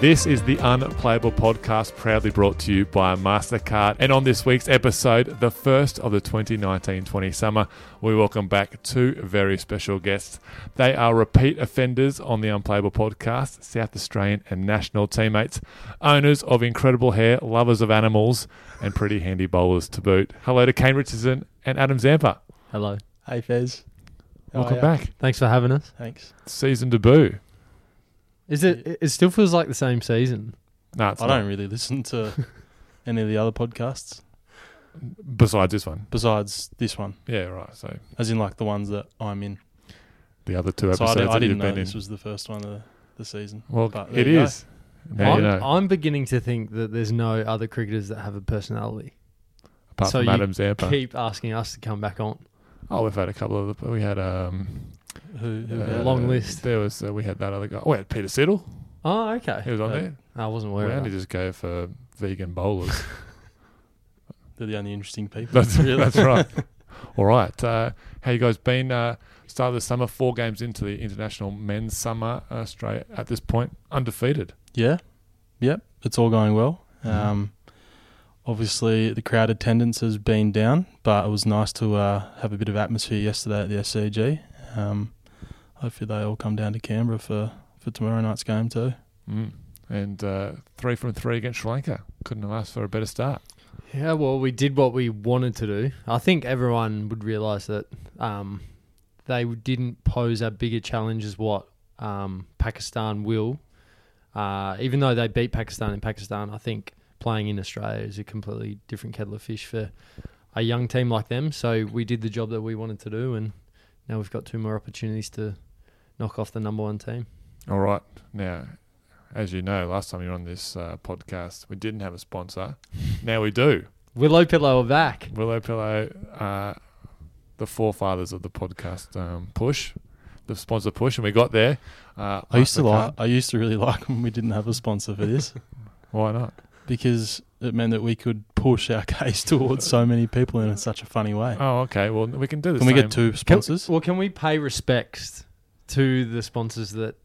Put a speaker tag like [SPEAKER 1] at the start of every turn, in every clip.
[SPEAKER 1] This is the Unplayable Podcast, proudly brought to you by MasterCard. And on this week's episode, the first of the 2019 20 summer, we welcome back two very special guests. They are repeat offenders on the Unplayable Podcast, South Australian and national teammates, owners of incredible hair, lovers of animals, and pretty handy bowlers to boot. Hello to Kane Richardson and Adam Zampa.
[SPEAKER 2] Hello.
[SPEAKER 3] Hey Fez. How
[SPEAKER 1] Welcome
[SPEAKER 3] are ya?
[SPEAKER 1] back.
[SPEAKER 2] Thanks for having us.
[SPEAKER 3] Thanks.
[SPEAKER 1] Season debut.
[SPEAKER 2] Is it? It it still feels like the same season.
[SPEAKER 1] No, it's
[SPEAKER 3] I
[SPEAKER 1] not.
[SPEAKER 3] don't really listen to any of the other podcasts
[SPEAKER 1] Besides this one.
[SPEAKER 3] besides this one,
[SPEAKER 1] Yeah, right. So
[SPEAKER 3] as in like the ones that I'm in.
[SPEAKER 1] the other two
[SPEAKER 3] so I,
[SPEAKER 1] episodes
[SPEAKER 3] di- I
[SPEAKER 1] that you've
[SPEAKER 3] didn't know
[SPEAKER 1] been in.
[SPEAKER 3] this was the first one of the, the season.
[SPEAKER 1] Well,
[SPEAKER 3] But there
[SPEAKER 1] it
[SPEAKER 3] you go.
[SPEAKER 1] is. Now
[SPEAKER 2] I'm,
[SPEAKER 1] you know.
[SPEAKER 2] I'm beginning to think that there's no other cricketers that have a personality.
[SPEAKER 1] apart
[SPEAKER 2] so
[SPEAKER 1] from
[SPEAKER 2] you
[SPEAKER 1] Adam Zampa.
[SPEAKER 2] Keep asking us to come back on.
[SPEAKER 1] oh, we've had a couple of. The, we had um.
[SPEAKER 3] Who, who
[SPEAKER 1] uh,
[SPEAKER 3] had it?
[SPEAKER 2] long list.
[SPEAKER 1] There was uh, we had that other guy. We had Peter Siddle.
[SPEAKER 2] Oh,
[SPEAKER 1] He
[SPEAKER 2] okay.
[SPEAKER 1] was on
[SPEAKER 3] Uh,
[SPEAKER 1] there.
[SPEAKER 2] I wasn't
[SPEAKER 1] We
[SPEAKER 2] aware of
[SPEAKER 1] only
[SPEAKER 2] that.
[SPEAKER 1] just go for vegan bowlers.
[SPEAKER 3] They're the only interesting people.
[SPEAKER 1] that's
[SPEAKER 3] really.
[SPEAKER 1] that's right. All right. Uh, how you guys been? Uh, start of the summer, four games into the international men's summer. Uh, Australia at this point undefeated.
[SPEAKER 3] Yeah. Yep. It's all going well.
[SPEAKER 1] Mm-hmm.
[SPEAKER 3] Um, obviously, the crowd attendance has been down, but it was nice to uh, have a bit of atmosphere yesterday at the SCG. Um, hopefully, they all come down to Canberra for, for tomorrow night's game, too.
[SPEAKER 1] Mm. And uh, three from three against Sri Lanka. Couldn't have asked for a better start.
[SPEAKER 2] Yeah, well, we did what we wanted to do. I think everyone would realise that um, they didn't pose a bigger challenge as what um, Pakistan will. Uh, even though they beat Pakistan in Pakistan, I think playing in Australia is a completely different kettle of fish for a young team like them. So we did the job that we wanted to do, and now we've got two more opportunities to knock off the number one team.
[SPEAKER 1] All right. Now, as you know, last time you were on this uh, podcast, we didn't have a sponsor. now we do.
[SPEAKER 2] Willow Pillow are back.
[SPEAKER 1] Willow Pillow, uh, the forefathers of the podcast um, push, the sponsor push, and we got there. Uh,
[SPEAKER 3] I used to
[SPEAKER 1] MasterCard.
[SPEAKER 3] like. I used to really like when we didn't have a sponsor for this
[SPEAKER 1] Why not?
[SPEAKER 3] because it meant that we could push our case towards so many people in such a funny way.
[SPEAKER 1] Oh, okay. Well, we can do the
[SPEAKER 3] Can we
[SPEAKER 1] same.
[SPEAKER 3] get two sponsors?
[SPEAKER 2] Well, can we pay respects to the sponsors that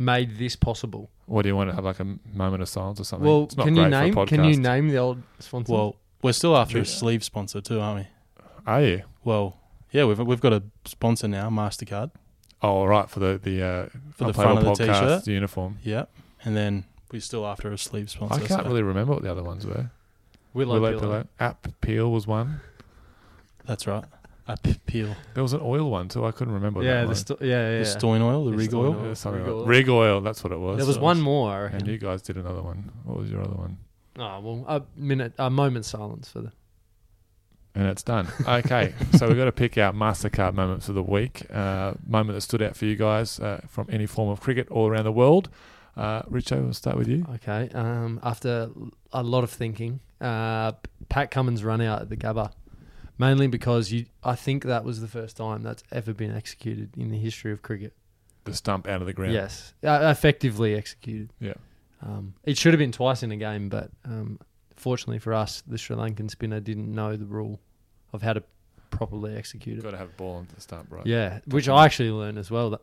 [SPEAKER 2] made this possible?
[SPEAKER 1] what do you want to have like a moment of silence or something?
[SPEAKER 2] well,
[SPEAKER 1] It's not
[SPEAKER 2] can
[SPEAKER 1] great
[SPEAKER 2] you name
[SPEAKER 1] For a podcast.
[SPEAKER 2] can you name the old sponsor?
[SPEAKER 3] Well, we're still after
[SPEAKER 1] Yeah.
[SPEAKER 3] a sleeve sponsor too, aren't we?
[SPEAKER 1] Are you?
[SPEAKER 3] Well, yeah, we've we've got a sponsor now, Mastercard.
[SPEAKER 1] Oh, all right. For the the uh,
[SPEAKER 3] For the
[SPEAKER 1] Unplayable
[SPEAKER 3] front of the
[SPEAKER 1] podcast
[SPEAKER 3] t-shirt?
[SPEAKER 1] uniform.
[SPEAKER 3] Yeah, and then we're still after a sleeve sponsor.
[SPEAKER 1] I can't
[SPEAKER 3] so
[SPEAKER 1] really remember what the other ones were.
[SPEAKER 2] Willow,
[SPEAKER 1] Willow
[SPEAKER 2] Pillow.
[SPEAKER 1] Pillow. App Peel was one.
[SPEAKER 3] That's right. A p- peel,
[SPEAKER 1] There was an oil one too. I couldn't remember. what
[SPEAKER 2] Yeah,
[SPEAKER 1] that
[SPEAKER 2] the
[SPEAKER 1] was.
[SPEAKER 2] sto- yeah, yeah,
[SPEAKER 3] the
[SPEAKER 2] yeah.
[SPEAKER 3] Stoin oil, the
[SPEAKER 2] The
[SPEAKER 3] rig
[SPEAKER 2] Stoin
[SPEAKER 3] oil.
[SPEAKER 2] oil.
[SPEAKER 1] Yeah, something
[SPEAKER 2] Rig
[SPEAKER 1] like-
[SPEAKER 2] oil.
[SPEAKER 1] Rig oil. That's what it was.
[SPEAKER 2] There was
[SPEAKER 3] So-
[SPEAKER 2] one more. I reckon.
[SPEAKER 1] And you guys did another one. What was your other one?
[SPEAKER 2] Oh, well, a minute, a moment silence for the.
[SPEAKER 1] And it's done. Okay, so we've got to pick out Mastercard moments of the week. Uh, moment that stood out for you guys uh, from any form of cricket all around the world. Uh, Richo, we'll start with you.
[SPEAKER 2] Okay. Um, after a lot of thinking, uh, Pat Cummins run out at the Gabba, mainly because you. I think that was the first time that's ever been executed in the history of cricket.
[SPEAKER 1] The stump out of the ground.
[SPEAKER 2] Yes, uh, effectively executed.
[SPEAKER 1] Yeah.
[SPEAKER 2] Um, it should have been twice in a game, but um, fortunately for us, the Sri Lankan spinner didn't know the rule of how to properly execute
[SPEAKER 1] You've
[SPEAKER 2] it.
[SPEAKER 1] got to have a ball into the stump, right?
[SPEAKER 2] Yeah, which I actually learned as well. That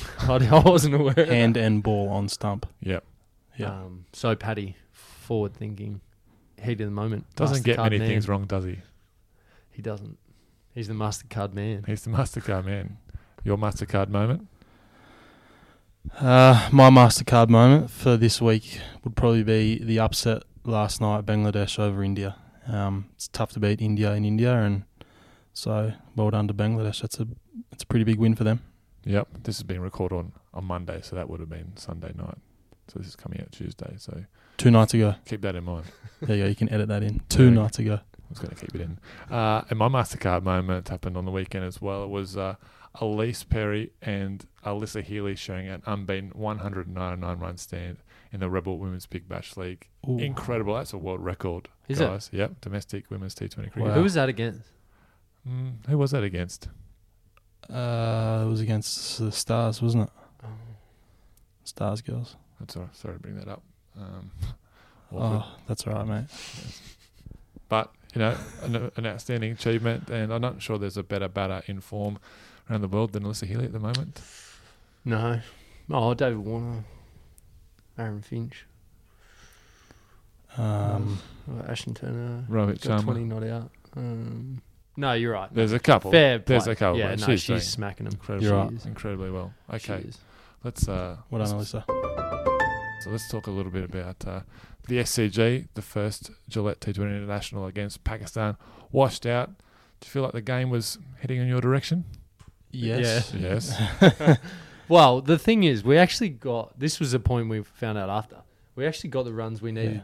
[SPEAKER 2] I I wasn't aware. of
[SPEAKER 3] Hand and ball on stump.
[SPEAKER 1] Yep.
[SPEAKER 2] that.
[SPEAKER 3] Yeah.
[SPEAKER 2] Um, so Paddy, forward thinking, heat of the moment.
[SPEAKER 1] Doesn't get
[SPEAKER 2] Mastercard
[SPEAKER 1] many
[SPEAKER 2] man.
[SPEAKER 1] things wrong, does he?
[SPEAKER 2] He doesn't. He's the Mastercard man.
[SPEAKER 1] He's the Mastercard man. Your Mastercard moment.
[SPEAKER 3] Uh, my Mastercard moment for this week would probably be the upset last night, Bangladesh over India. Um, it's tough to beat India in India, and so well done to Bangladesh. That's a it's a pretty big win for them.
[SPEAKER 1] Yep. This has been recorded on on Monday, so that would have been Sunday night. So this is coming out Tuesday. So
[SPEAKER 3] Two nights ago,
[SPEAKER 1] keep that in mind.
[SPEAKER 3] there you go. You can edit that in. Two
[SPEAKER 1] Okay.
[SPEAKER 3] nights ago.
[SPEAKER 1] I was going to keep it in. Uh, and my Mastercard moment happened on the weekend as well. It was uh, Elise Perry and Alyssa Healy showing an unbeaten 199 run stand in the Rebel Women's Big Bash League.
[SPEAKER 3] Ooh.
[SPEAKER 1] Incredible! That's a world record,
[SPEAKER 2] Is it?
[SPEAKER 1] guys. Yep, domestic women's T20 cricket.
[SPEAKER 3] Wow.
[SPEAKER 2] Who was that against?
[SPEAKER 1] Mm, who was that against?
[SPEAKER 3] Uh, it was against the Stars, wasn't it? Stars girls.
[SPEAKER 1] I'm sorry, sorry to bring that up. Um, awkward.
[SPEAKER 3] Oh, that's all right, mate.
[SPEAKER 1] but you know, an, an outstanding achievement, and I'm not sure there's a better batter in form around the world than Alyssa Healy at the moment.
[SPEAKER 2] No. Oh, David Warner. Aaron Finch.
[SPEAKER 3] Um,
[SPEAKER 2] uh, Ashton Turner.
[SPEAKER 1] Rohit
[SPEAKER 2] Got
[SPEAKER 1] Sharma.
[SPEAKER 2] 20 not out. Um, no, you're right.
[SPEAKER 1] There's a couple.
[SPEAKER 2] Fair
[SPEAKER 1] There's
[SPEAKER 2] play.
[SPEAKER 1] a couple.
[SPEAKER 2] Yeah,
[SPEAKER 1] mate.
[SPEAKER 2] no,
[SPEAKER 1] she's
[SPEAKER 2] she's,
[SPEAKER 1] doing
[SPEAKER 2] smacking him.
[SPEAKER 1] incredible,
[SPEAKER 3] You're
[SPEAKER 2] She
[SPEAKER 3] right.
[SPEAKER 2] is.
[SPEAKER 1] incredibly well.
[SPEAKER 2] She
[SPEAKER 1] Okay,
[SPEAKER 2] is.
[SPEAKER 1] let's uh,
[SPEAKER 3] what
[SPEAKER 1] let's,
[SPEAKER 3] on, Alyssa?
[SPEAKER 1] so let's talk a little bit about uh, the SCG, the first Gillette T20 International against Pakistan, washed out. Do you feel like the game was heading in your direction?
[SPEAKER 3] Yes.
[SPEAKER 1] Yes.
[SPEAKER 2] Well, the thing is, we actually got this was a point we found out after. We actually got the runs we needed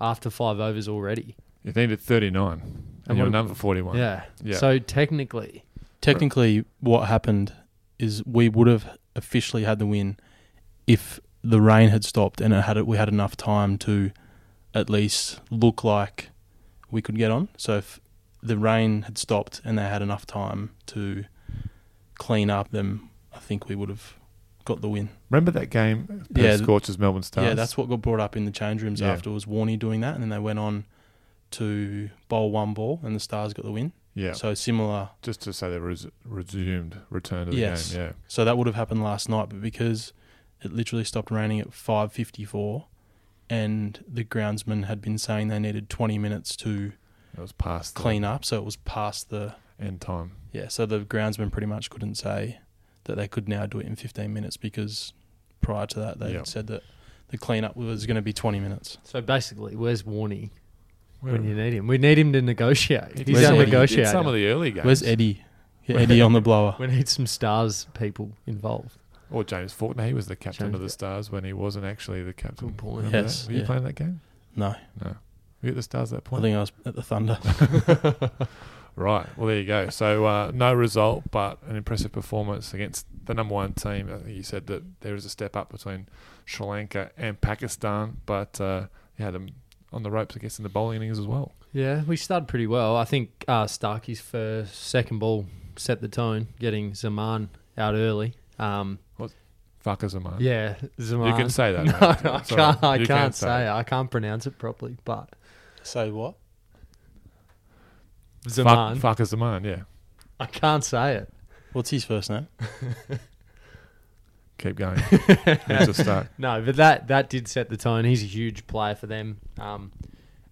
[SPEAKER 2] after five overs already.
[SPEAKER 1] you needed 39, and,
[SPEAKER 2] And
[SPEAKER 1] you're
[SPEAKER 2] what-
[SPEAKER 1] number 41.
[SPEAKER 2] Yeah.
[SPEAKER 1] Yeah.
[SPEAKER 2] So technically,
[SPEAKER 3] Technically, what happened is we would have officially had the win if the rain had stopped and it had we had enough time to at least look like we could get on. So if the rain had stopped and they had enough time to clean up, then I think we would have got the win.
[SPEAKER 1] Remember that game? Perth
[SPEAKER 3] Yeah.
[SPEAKER 1] Scorchers Melbourne Stars.
[SPEAKER 3] Yeah, that's what got brought up in the change rooms
[SPEAKER 1] Yeah.
[SPEAKER 3] after was Warney doing that, and then they went on to bowl one ball and the Stars got the win.
[SPEAKER 1] yeah.
[SPEAKER 3] So similar
[SPEAKER 1] just to say they res- resumed return to the
[SPEAKER 3] Yes.
[SPEAKER 1] game. Yeah,
[SPEAKER 3] So that would have happened last night, but because it literally stopped raining at 5:54, and the groundsman had been saying they needed 20 minutes to
[SPEAKER 1] it was past the
[SPEAKER 3] clean up, so it was past the
[SPEAKER 1] end time.
[SPEAKER 3] yeah. So the groundsman pretty much couldn't say that they could now do it in 15 minutes because prior to that they
[SPEAKER 1] Yeah.
[SPEAKER 3] had said that the cleanup was going to be 20 minutes.
[SPEAKER 2] so basically, where's Warney
[SPEAKER 1] Where-
[SPEAKER 2] when you need him? We need him to negotiate. He's
[SPEAKER 3] Where's
[SPEAKER 2] our
[SPEAKER 1] He
[SPEAKER 3] Eddie?
[SPEAKER 1] did
[SPEAKER 2] negotiator.
[SPEAKER 1] some of the early games.
[SPEAKER 3] Where's Eddie? Get Eddie on the blower.
[SPEAKER 2] we need some stars people involved.
[SPEAKER 1] Or James Faulkner. He was the captain
[SPEAKER 2] James-
[SPEAKER 1] of the Stars when he wasn't actually the captain.
[SPEAKER 2] Good point.
[SPEAKER 1] Remember
[SPEAKER 3] Yes,
[SPEAKER 1] that? Were you
[SPEAKER 3] yeah.
[SPEAKER 1] playing that game?
[SPEAKER 3] No,
[SPEAKER 1] No. Were you at the Stars at that
[SPEAKER 3] I
[SPEAKER 1] point?
[SPEAKER 3] think I was at the Thunder.
[SPEAKER 1] Right. Well, there you go. So uh, no result, but an impressive performance against the number one team. I think you said that there is a step up between Sri Lanka and Pakistan, but uh, you had them on the ropes, I guess, in the bowling innings as well.
[SPEAKER 2] Yeah, we started pretty well. I think uh, Starkey's first, second ball set the tone, getting Zaman out early. Um,
[SPEAKER 1] Fuckers are mine.
[SPEAKER 2] yeah, Zaman.
[SPEAKER 1] You can say that.
[SPEAKER 2] No,
[SPEAKER 1] mate.
[SPEAKER 2] I
[SPEAKER 1] It's all right.
[SPEAKER 2] can't. I
[SPEAKER 1] You
[SPEAKER 2] can't say, it. I can't pronounce it properly. But
[SPEAKER 3] Say what?
[SPEAKER 2] Zaman,
[SPEAKER 1] Fuck, fuck is the man, yeah.
[SPEAKER 2] I can't say it.
[SPEAKER 3] What's his first name?
[SPEAKER 1] Keep going. Let's just start.
[SPEAKER 2] No, but that that did set the tone. He's a huge player for them. Um,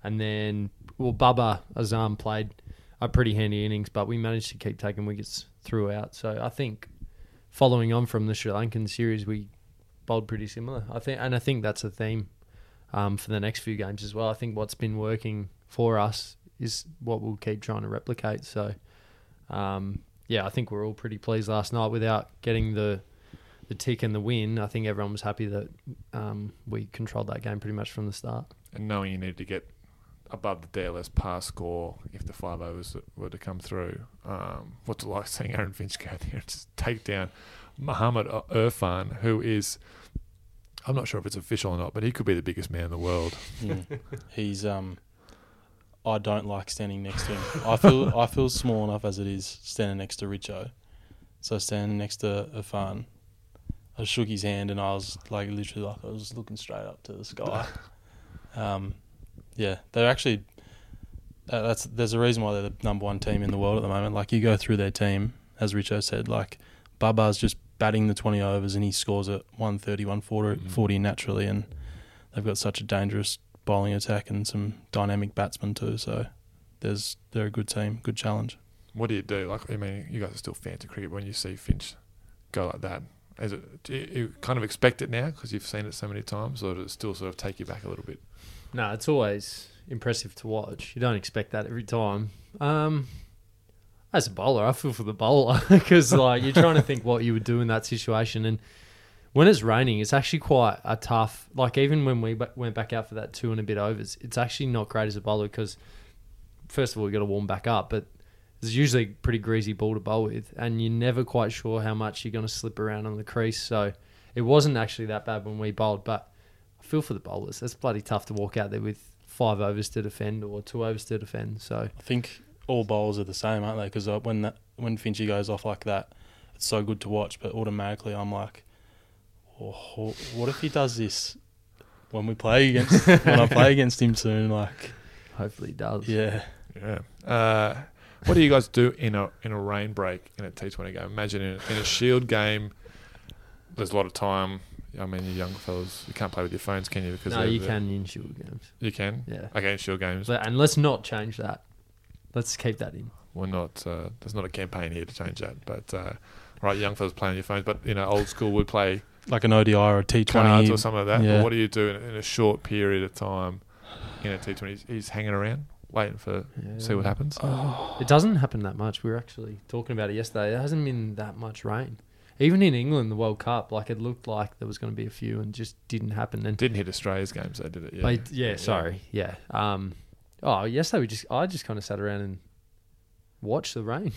[SPEAKER 2] and then, well, Bubba Azam played a pretty handy innings, but we managed to keep taking wickets throughout. So I think, following on from the Sri Lankan series, we bowled pretty similar. I think, and I think that's a theme um, for the next few games as well. I think what's been working for us is what we'll keep trying to replicate. So, um, yeah, I think we're all pretty pleased last night without getting the the tick and the win. I think everyone was happy that um, we controlled that game pretty much from the start.
[SPEAKER 1] And knowing you need to get above the DLS par score if the five overs were to come through, um, what's it like seeing Aaron Finch go there and just take down Muhammad Irfan, who is, I'm not sure if it's official or not, but he could be the biggest man in the world.
[SPEAKER 3] Mm. He's um I don't like standing next to him. I feel I feel small enough as it is standing next to Richo. So standing next to Irfan, I shook his hand and I was like literally like I was looking straight up to the sky. um, yeah, they're actually uh, that's there's a reason why they're the number one team in the world at the moment. Like you go through their team, as Richo said, like Baba's just batting the 20 overs and he scores at 130, 140
[SPEAKER 1] Mm.
[SPEAKER 3] 40 naturally, and they've got such a dangerous bowling attack and some dynamic batsmen too. So there's they're a good team, good challenge.
[SPEAKER 1] What do you do? Like, I mean, you guys are still fans of cricket when you see Finch go like that. Is it, do you, you kind of expect it now because you've seen it so many times, or does it still sort of take you back a little bit?
[SPEAKER 2] No, it's always impressive to watch. You don't expect that every time. Um, as a bowler, I feel for the bowler because like you're trying to think what you would do in that situation, and when it's raining, it's actually quite a tough. Like even when we ba- went back out for that two and a bit overs, it's actually not great as a bowler because first of all, you got to warm back up, but it's usually a pretty greasy ball to bowl with, and you're never quite sure how much you're going to slip around on the crease. So it wasn't actually that bad when we bowled, but I feel for the bowlers. That's bloody tough to walk out there with five overs to defend or two overs to defend. So
[SPEAKER 3] I think all bowls are the same, aren't they? Because when that when Finchy goes off like that, it's so good to watch. But automatically, I'm like, oh, what if he does this when we play against when I play against him soon? Like,
[SPEAKER 2] hopefully it does.
[SPEAKER 3] yeah,
[SPEAKER 1] Yeah. Uh, what do you guys do in a in a rain break in a T Twenty game? Imagine in a, in a Shield game, there's a lot of time. I mean, you young fellas, you can't play with your phones, can you? Because
[SPEAKER 2] No,
[SPEAKER 1] they're-
[SPEAKER 2] you
[SPEAKER 1] they're-
[SPEAKER 2] can in shield games.
[SPEAKER 1] You can.
[SPEAKER 2] Yeah.
[SPEAKER 1] Okay, in Shield games,
[SPEAKER 2] But- And let's not change that. Let's keep that in.
[SPEAKER 1] we're not. Uh, there's not a campaign here to change that. But uh, right, young fellas playing on your phones, but you know, old school would play
[SPEAKER 3] like an ODI or a T
[SPEAKER 1] cards
[SPEAKER 3] twenty.
[SPEAKER 1] or something like that.
[SPEAKER 3] yeah.
[SPEAKER 1] But what do you do in, in a short period of time in a T Twenty? He's, he's hanging around, waiting for see what happens.
[SPEAKER 2] Uh, It doesn't happen that much. We were actually talking about it yesterday. There hasn't been that much rain. Even in England, the World Cup, like it looked like there was going to be a few and just didn't happen. And
[SPEAKER 1] Didn't hit Australia's games, though, did it? Yeah.
[SPEAKER 2] yeah, yeah, sorry, yeah. Um, oh, yesterday we just I just kind of sat around and watched the rain.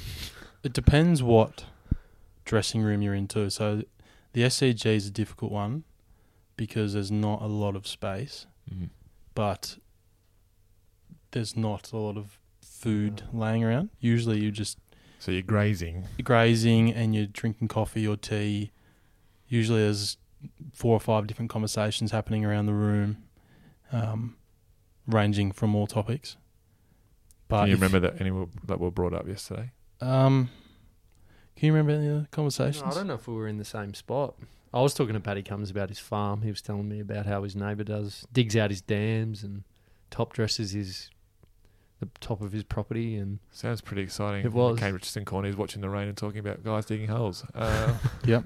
[SPEAKER 3] It depends what dressing room you're into. So the SCG is a difficult one because there's not a lot of space.
[SPEAKER 1] Mhm.
[SPEAKER 3] but there's not a lot of food laying around. Usually you're just
[SPEAKER 1] So you're grazing.
[SPEAKER 3] grazing and you're drinking coffee or tea. Usually there's four or five different conversations happening around the room, um, ranging from all topics. But
[SPEAKER 1] Can you
[SPEAKER 3] if-
[SPEAKER 1] remember that any were- that were brought up yesterday?
[SPEAKER 3] Um, can you remember any other
[SPEAKER 2] No, I
[SPEAKER 3] conversations?
[SPEAKER 2] don't know if we were in the same spot. I was talking to Paddy Cummins about his farm. He was telling me about how his neighbour does digs out his dams and top dresses his the top of his property and
[SPEAKER 1] Sounds pretty exciting.
[SPEAKER 2] It was.
[SPEAKER 1] Cambridge St Corners watching the rain and talking about guys digging holes. Uh,
[SPEAKER 3] Yep.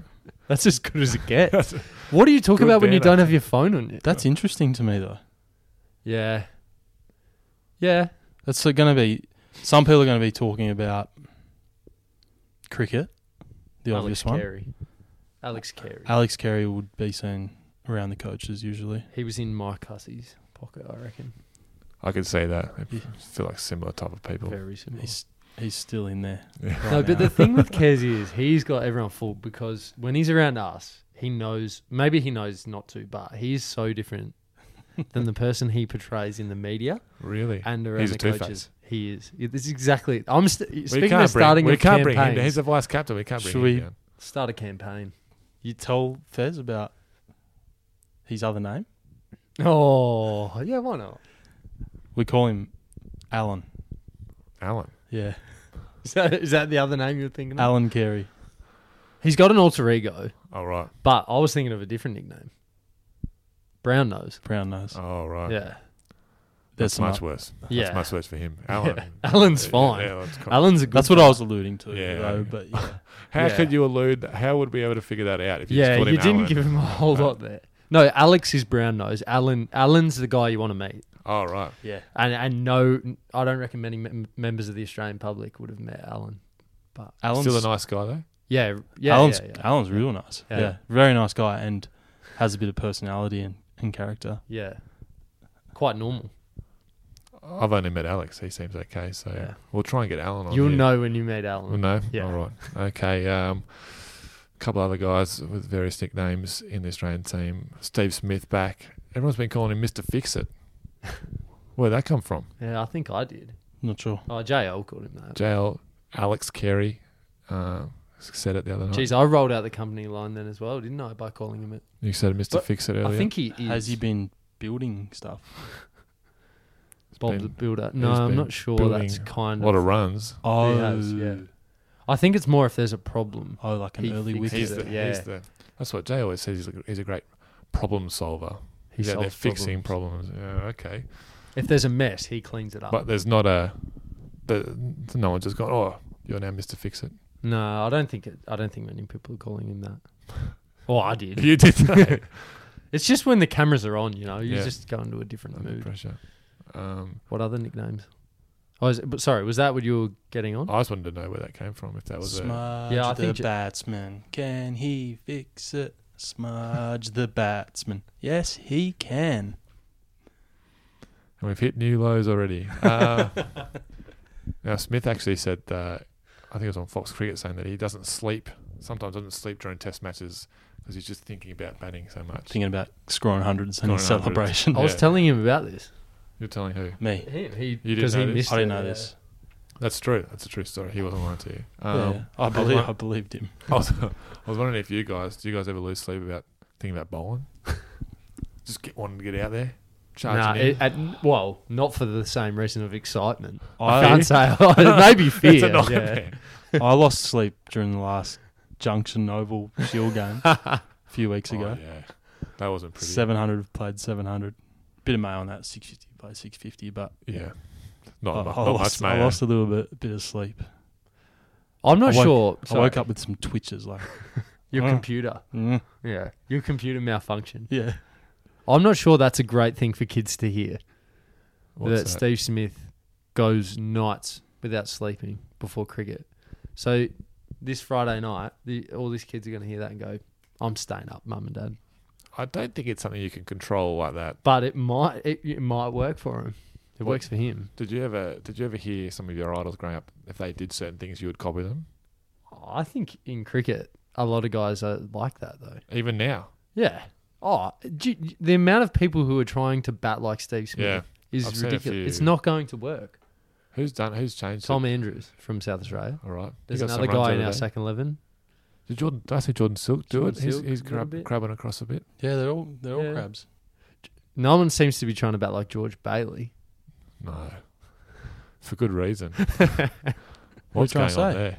[SPEAKER 2] that's as good as it gets.
[SPEAKER 1] that's-
[SPEAKER 2] What do you talk
[SPEAKER 1] Good
[SPEAKER 2] about when you
[SPEAKER 1] banter.
[SPEAKER 2] don't have your phone on you?
[SPEAKER 3] That's interesting to me though.
[SPEAKER 2] Yeah. Yeah.
[SPEAKER 3] That's going to be some people are going to be talking about cricket, the obvious one.
[SPEAKER 2] Carey. Alex Carey.
[SPEAKER 3] Alex Carey would be seen around the coaches usually.
[SPEAKER 2] he was in my cussie's pocket, I reckon.
[SPEAKER 1] I could see that. I
[SPEAKER 3] Yeah.
[SPEAKER 1] feel like similar type of people.
[SPEAKER 2] Very similar.
[SPEAKER 3] He's he's still in there.
[SPEAKER 1] Yeah.
[SPEAKER 3] right
[SPEAKER 2] no, but
[SPEAKER 3] now.
[SPEAKER 2] the thing with Kersey is he's got everyone fooled because when he's around us, he knows, maybe he knows not to, but he's so different than the person he portrays in the media
[SPEAKER 1] Really.
[SPEAKER 2] and around
[SPEAKER 1] He's a
[SPEAKER 2] the coaches.
[SPEAKER 1] two-face.
[SPEAKER 2] He is. Yeah, This is exactly. I'm st-
[SPEAKER 1] we
[SPEAKER 2] speaking
[SPEAKER 1] can't
[SPEAKER 2] of starting
[SPEAKER 1] bring,
[SPEAKER 2] a
[SPEAKER 1] we can't
[SPEAKER 2] campaign.
[SPEAKER 1] bring him. down. He's the vice captain. We can't bring
[SPEAKER 3] Should
[SPEAKER 1] him.
[SPEAKER 3] we-
[SPEAKER 1] down.
[SPEAKER 2] start a campaign.
[SPEAKER 3] you tell Fez about his other name.
[SPEAKER 2] Oh, yeah, why not?
[SPEAKER 3] We call him Alan.
[SPEAKER 1] Alan.
[SPEAKER 3] Yeah,
[SPEAKER 2] Is that, is that the other name you were thinking of?
[SPEAKER 3] Alan Carey.
[SPEAKER 2] He's got an alter ego,
[SPEAKER 1] All right.
[SPEAKER 2] but I was thinking of a different nickname. Brown nose.
[SPEAKER 3] Brown nose.
[SPEAKER 1] All right.
[SPEAKER 2] Yeah.
[SPEAKER 3] There's
[SPEAKER 1] That's
[SPEAKER 3] some
[SPEAKER 1] much
[SPEAKER 3] up-
[SPEAKER 1] worse. Oh,
[SPEAKER 2] Yeah.
[SPEAKER 1] That's much worse for him. Alan.
[SPEAKER 2] Alan's fine.
[SPEAKER 1] Alan's cool.
[SPEAKER 2] Alan's a good
[SPEAKER 3] That's what I was alluding to.
[SPEAKER 1] Yeah.
[SPEAKER 3] though, but yeah.
[SPEAKER 1] How
[SPEAKER 2] yeah.
[SPEAKER 1] could you allude? How would we be able to figure that out if you just
[SPEAKER 2] Yeah,
[SPEAKER 1] called
[SPEAKER 2] you
[SPEAKER 1] him
[SPEAKER 2] didn't
[SPEAKER 1] Alan?
[SPEAKER 2] give him a whole lot there. No, Alex is brown nose. Alan Alan's the guy you want to meet.
[SPEAKER 1] All right.
[SPEAKER 3] yeah.
[SPEAKER 2] And and no I don't reckon many mem- members of the Australian public would have met Alan.
[SPEAKER 3] Alan's
[SPEAKER 1] Still a nice guy though.
[SPEAKER 2] Yeah, yeah,
[SPEAKER 3] Alan's
[SPEAKER 2] yeah. Yeah.
[SPEAKER 3] Alan's real nice.
[SPEAKER 2] Yeah.
[SPEAKER 3] Yeah. very nice guy and has a bit of personality and, and character.
[SPEAKER 2] Yeah. Quite normal.
[SPEAKER 1] I've only met Alex. He seems okay. So
[SPEAKER 2] Yeah.
[SPEAKER 1] we'll try and get Alan on.
[SPEAKER 2] You'll
[SPEAKER 1] here.
[SPEAKER 2] know when you meet
[SPEAKER 1] Well,
[SPEAKER 2] Alan.
[SPEAKER 1] no.
[SPEAKER 2] Yeah.
[SPEAKER 1] All right. Okay. Um, a couple other guys with various nicknames in the Australian team. Steve Smith back. Everyone's been calling him Mister Fix It. Where'd that come from?
[SPEAKER 2] Yeah, I think I did.
[SPEAKER 3] Not sure.
[SPEAKER 2] Oh, JL called him that.
[SPEAKER 1] JL Alex Carey uh, said it the other night.
[SPEAKER 2] Jeez, I rolled out the company line then as well, didn't I, by calling him it?
[SPEAKER 1] You said Mister
[SPEAKER 2] But
[SPEAKER 1] Fix It earlier.
[SPEAKER 2] I think he is.
[SPEAKER 3] Has he been building stuff?
[SPEAKER 2] Bob
[SPEAKER 1] been-
[SPEAKER 2] the Builder? No,
[SPEAKER 1] he's
[SPEAKER 2] I'm
[SPEAKER 1] been
[SPEAKER 2] not sure.
[SPEAKER 1] building
[SPEAKER 2] That's
[SPEAKER 1] a
[SPEAKER 2] kind
[SPEAKER 1] lot
[SPEAKER 2] of.
[SPEAKER 1] of runs.
[SPEAKER 3] Oh,
[SPEAKER 2] has, yeah. I think it's more if there's a problem.
[SPEAKER 3] oh, like an
[SPEAKER 2] He
[SPEAKER 3] early
[SPEAKER 2] thinks
[SPEAKER 3] wicket.
[SPEAKER 1] He's
[SPEAKER 2] it,
[SPEAKER 1] the,
[SPEAKER 2] yeah.
[SPEAKER 1] he's the. That's what Jay always says. He's a, he's a great problem solver.
[SPEAKER 2] He
[SPEAKER 1] He's out there
[SPEAKER 2] solves
[SPEAKER 1] fixing problems. Yeah, okay.
[SPEAKER 2] If there's a mess, he cleans it up.
[SPEAKER 1] But there's not a. The, no one's just gone. Oh, you're now Mister Fix It.
[SPEAKER 2] no, I don't think it, I don't think many people are calling him that. Oh, I did.
[SPEAKER 1] You did. that.
[SPEAKER 2] It's just when the cameras are on, you know, you
[SPEAKER 1] Yeah.
[SPEAKER 2] just go into a different
[SPEAKER 1] under
[SPEAKER 2] mood.
[SPEAKER 1] pressure. Um,
[SPEAKER 2] What other nicknames? Oh, is it, but sorry, was that what you were getting on?
[SPEAKER 1] I just wanted to know where that came from. If that was a,
[SPEAKER 3] Smudge
[SPEAKER 2] Yeah, I
[SPEAKER 3] the
[SPEAKER 2] think j-
[SPEAKER 3] batsman. Can he fix it? Smudge the batsman. Yes, he can.
[SPEAKER 1] and we've hit new lows already. Uh, Now Smith actually said that I think it was on Fox Cricket saying that he doesn't sleep sometimes doesn't sleep during Test matches because he's just thinking about batting so much.
[SPEAKER 3] Thinking about scoring hundreds and
[SPEAKER 1] Scoring hundreds.
[SPEAKER 3] celebration.
[SPEAKER 1] Yeah.
[SPEAKER 2] I was telling him about this.
[SPEAKER 1] You're telling who?
[SPEAKER 3] Me.
[SPEAKER 2] Him, he
[SPEAKER 1] You didn't
[SPEAKER 2] because he
[SPEAKER 1] know this?
[SPEAKER 2] missed.
[SPEAKER 3] I didn't
[SPEAKER 2] it,
[SPEAKER 3] know
[SPEAKER 2] yeah.
[SPEAKER 3] this.
[SPEAKER 1] That's true. That's a true story. He wasn't lying to you. Um,
[SPEAKER 3] yeah. I,
[SPEAKER 1] I was
[SPEAKER 3] believe,
[SPEAKER 1] wa-
[SPEAKER 3] I believed him.
[SPEAKER 1] I, was, I was wondering if you guys do you guys ever lose sleep about thinking about bowling? just get wanting to get out there, charging
[SPEAKER 2] Nah,
[SPEAKER 1] in.
[SPEAKER 2] it, at, well, not for the same reason of excitement.
[SPEAKER 1] Oh,
[SPEAKER 2] I can't say maybe fear.
[SPEAKER 1] It's a
[SPEAKER 2] yeah.
[SPEAKER 1] nightmare.
[SPEAKER 3] I lost sleep during the last Junction Oval Shield game a few weeks ago.
[SPEAKER 1] Oh, yeah, that wasn't pretty.
[SPEAKER 3] 700 have played 700. Bit of mail on that, 650 by 650, but
[SPEAKER 1] Yeah, not,
[SPEAKER 3] I,
[SPEAKER 1] mu-
[SPEAKER 3] I
[SPEAKER 1] not
[SPEAKER 3] lost,
[SPEAKER 1] much, mate.
[SPEAKER 3] I lost a little bit, bit of sleep.
[SPEAKER 2] I'm not
[SPEAKER 3] I woke-
[SPEAKER 2] sure.
[SPEAKER 3] I
[SPEAKER 2] Sorry.
[SPEAKER 3] woke up with some twitches, like,
[SPEAKER 2] Your
[SPEAKER 1] Oh.
[SPEAKER 3] Mm.
[SPEAKER 2] computer.
[SPEAKER 3] mm,
[SPEAKER 2] Yeah. Your computer malfunction.
[SPEAKER 3] yeah.
[SPEAKER 2] I'm not sure that's a great thing for kids to hear.
[SPEAKER 1] What's
[SPEAKER 2] that, Steve Smith goes nights without sleeping before cricket. So this Friday night, the, all these kids are going to hear that and go, "I'm staying up, mum and dad."
[SPEAKER 1] I don't think it's something you can control like that.
[SPEAKER 2] But it might it, it might work for him. It
[SPEAKER 1] What-
[SPEAKER 2] works for him.
[SPEAKER 1] Did you ever did you ever hear some of your idols growing up? If they did certain things, you would copy them.
[SPEAKER 2] I think in cricket, a lot of guys are like that though.
[SPEAKER 1] Even now,
[SPEAKER 2] Yeah. Oh, do you- the amount of people who are trying to bat like Steve Smith
[SPEAKER 1] Yeah.
[SPEAKER 2] is
[SPEAKER 1] I've seen a few.
[SPEAKER 2] ridiculous. It's not going to work.
[SPEAKER 1] who's done? Who's changed? it?
[SPEAKER 2] Tom Andrews from South Australia.
[SPEAKER 1] All right. He
[SPEAKER 2] There's
[SPEAKER 1] got some
[SPEAKER 2] another
[SPEAKER 1] runs the
[SPEAKER 2] guy in
[SPEAKER 1] other
[SPEAKER 2] our
[SPEAKER 1] day.
[SPEAKER 2] second eleven.
[SPEAKER 1] Did Jordan? Did I see Jordan Silk do
[SPEAKER 2] Jordan
[SPEAKER 1] it? He's,
[SPEAKER 2] Silk
[SPEAKER 1] he's
[SPEAKER 2] a little
[SPEAKER 1] crab,
[SPEAKER 2] bit.
[SPEAKER 1] crabbing across a bit.
[SPEAKER 3] Yeah, they're all, they're all
[SPEAKER 2] Yeah.
[SPEAKER 3] crabs.
[SPEAKER 2] No one seems to be trying to bat like George Bailey.
[SPEAKER 1] No, for good reason.
[SPEAKER 3] What
[SPEAKER 1] What's
[SPEAKER 3] you trying
[SPEAKER 1] going
[SPEAKER 3] to
[SPEAKER 1] on
[SPEAKER 3] say?
[SPEAKER 1] there?